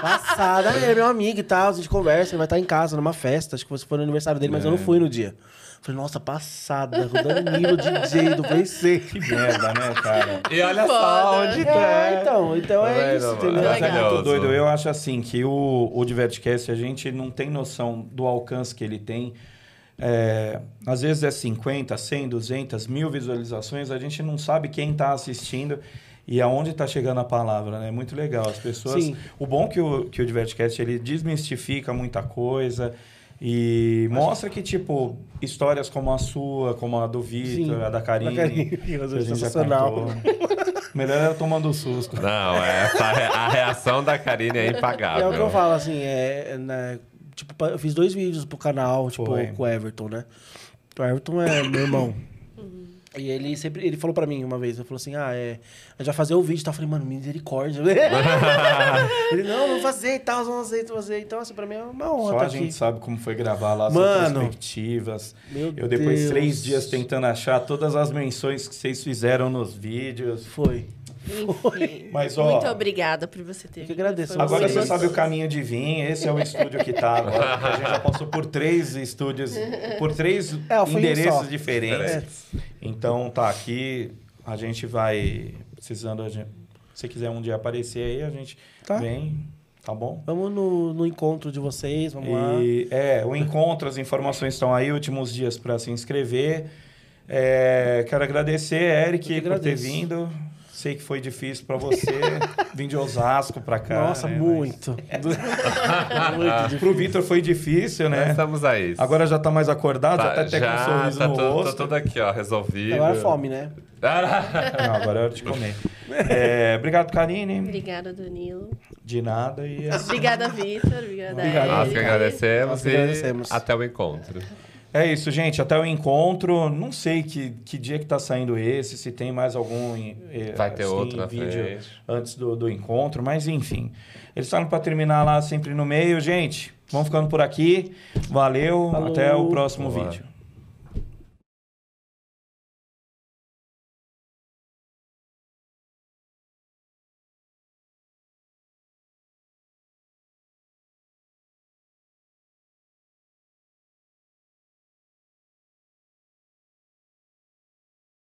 S3: passada. Ah, Ele é meu amigo e tal, a gente conversa, ele vai estar em casa numa festa. Acho que você foi no aniversário dele,
S1: É.
S3: mas eu não fui no dia. Falei, nossa, passada. O Danilo, DJ do VC.
S1: Que merda, né, cara?
S2: E olha só
S4: Foda.
S2: onde tá.
S3: É, então, então
S2: Tá
S3: é
S2: vendo,
S3: isso,
S2: mano?
S3: entendeu?
S1: Mas é muito
S2: Maravilhoso.
S1: doido. Eu acho assim que o, o Divertcast, a gente não tem noção do alcance que ele tem. É, às vezes é 50, 100, 200, mil visualizações. A gente não sabe quem está assistindo e aonde está chegando a palavra, né? É muito legal. As pessoas...
S3: Sim.
S1: O bom que o, que o Divertcast, ele desmistifica muita coisa... E mostra que, tipo, histórias como a sua, como a do Vitor,
S3: Sim.
S1: a da Karine,
S3: Da Karine,
S1: que a
S3: mas é
S1: gente já
S3: sensacional.
S1: contou. Melhor era tomando susto.
S2: Não, é essa, re- a reação da Karine é impagável.
S3: É o que eu falo, assim, é. é, né, tipo, pa- eu fiz dois vídeos pro canal, tipo,
S1: Foi.
S3: com o Everton, né? O Everton é meu irmão. E ele sempre. Ele falou pra mim uma vez, ele falou assim: ah, é. A gente vai fazer o vídeo e tal. Eu falei, mano, misericórdia. ele, não, vou fazer e tal, vamos fazer, vamos fazer. Então, assim, pra mim é uma honra.
S1: Só
S3: tá
S1: a gente
S3: aqui.
S1: sabe como foi gravar lá as
S3: Mano.
S1: perspectivas.
S3: Meu
S1: eu depois
S3: Deus.
S1: três dias tentando achar todas as menções que vocês fizeram nos vídeos.
S3: Foi.
S4: Enfim.
S1: Mas, ó,
S4: muito obrigada por você ter
S3: eu que
S4: vindo.
S3: agradeço.
S4: Foi um
S1: Agora
S3: Sim.
S1: você
S4: prazer.
S1: sabe o caminho de vir. Esse é o estúdio que tá agora. porque A gente já passou por três estúdios, por três
S3: É, eu fui em um só. É.
S1: endereços diferentes. Então tá aqui. A gente vai precisando. a gente- Se quiser um dia aparecer aí, a gente
S3: Tá.
S1: vem. Tá bom?
S3: Vamos no, no encontro de vocês, vamos lá.
S1: E, é, o encontro, as informações estão aí, últimos dias para se inscrever. É, quero agradecer,
S3: Eu
S1: Eric,
S3: que
S1: por ter
S3: agradeço.
S1: vindo. Sei que foi difícil para você vir de Osasco para cá.
S3: Nossa,
S1: né,
S3: muito. muito
S1: Mas... é,
S3: difícil.
S1: Pro Vitor foi difícil,
S2: Nós
S1: né?
S2: estamos aí.
S1: Agora já tá mais acordado, já tá até com um sorriso
S2: tá
S1: no
S2: tudo,
S1: rosto.
S2: Tá tudo aqui, ó, resolvido.
S3: Agora é fome, né?
S1: Não, agora é hora de comer. É, obrigado, Karine.
S4: Obrigada, Danilo.
S1: De nada. E é,
S4: Obrigada, Vitor. Obrigada,
S1: Obrigado.
S2: Nós que
S4: Erika.
S2: agradecemos
S3: Nós que
S2: e
S3: agradecemos.
S2: até o encontro.
S1: é isso, gente. Até o encontro. Não sei que, que dia que tá saindo esse, se tem mais algum. eh,
S2: Vai ter
S1: assim,
S2: outro na
S1: vídeo.
S2: frente.
S1: antes do, do encontro, mas enfim. Eles estavam para terminar lá sempre no meio, gente. Vamos ficando por aqui. Valeu,
S3: Falou.
S1: até o próximo
S2: Boa.
S1: vídeo.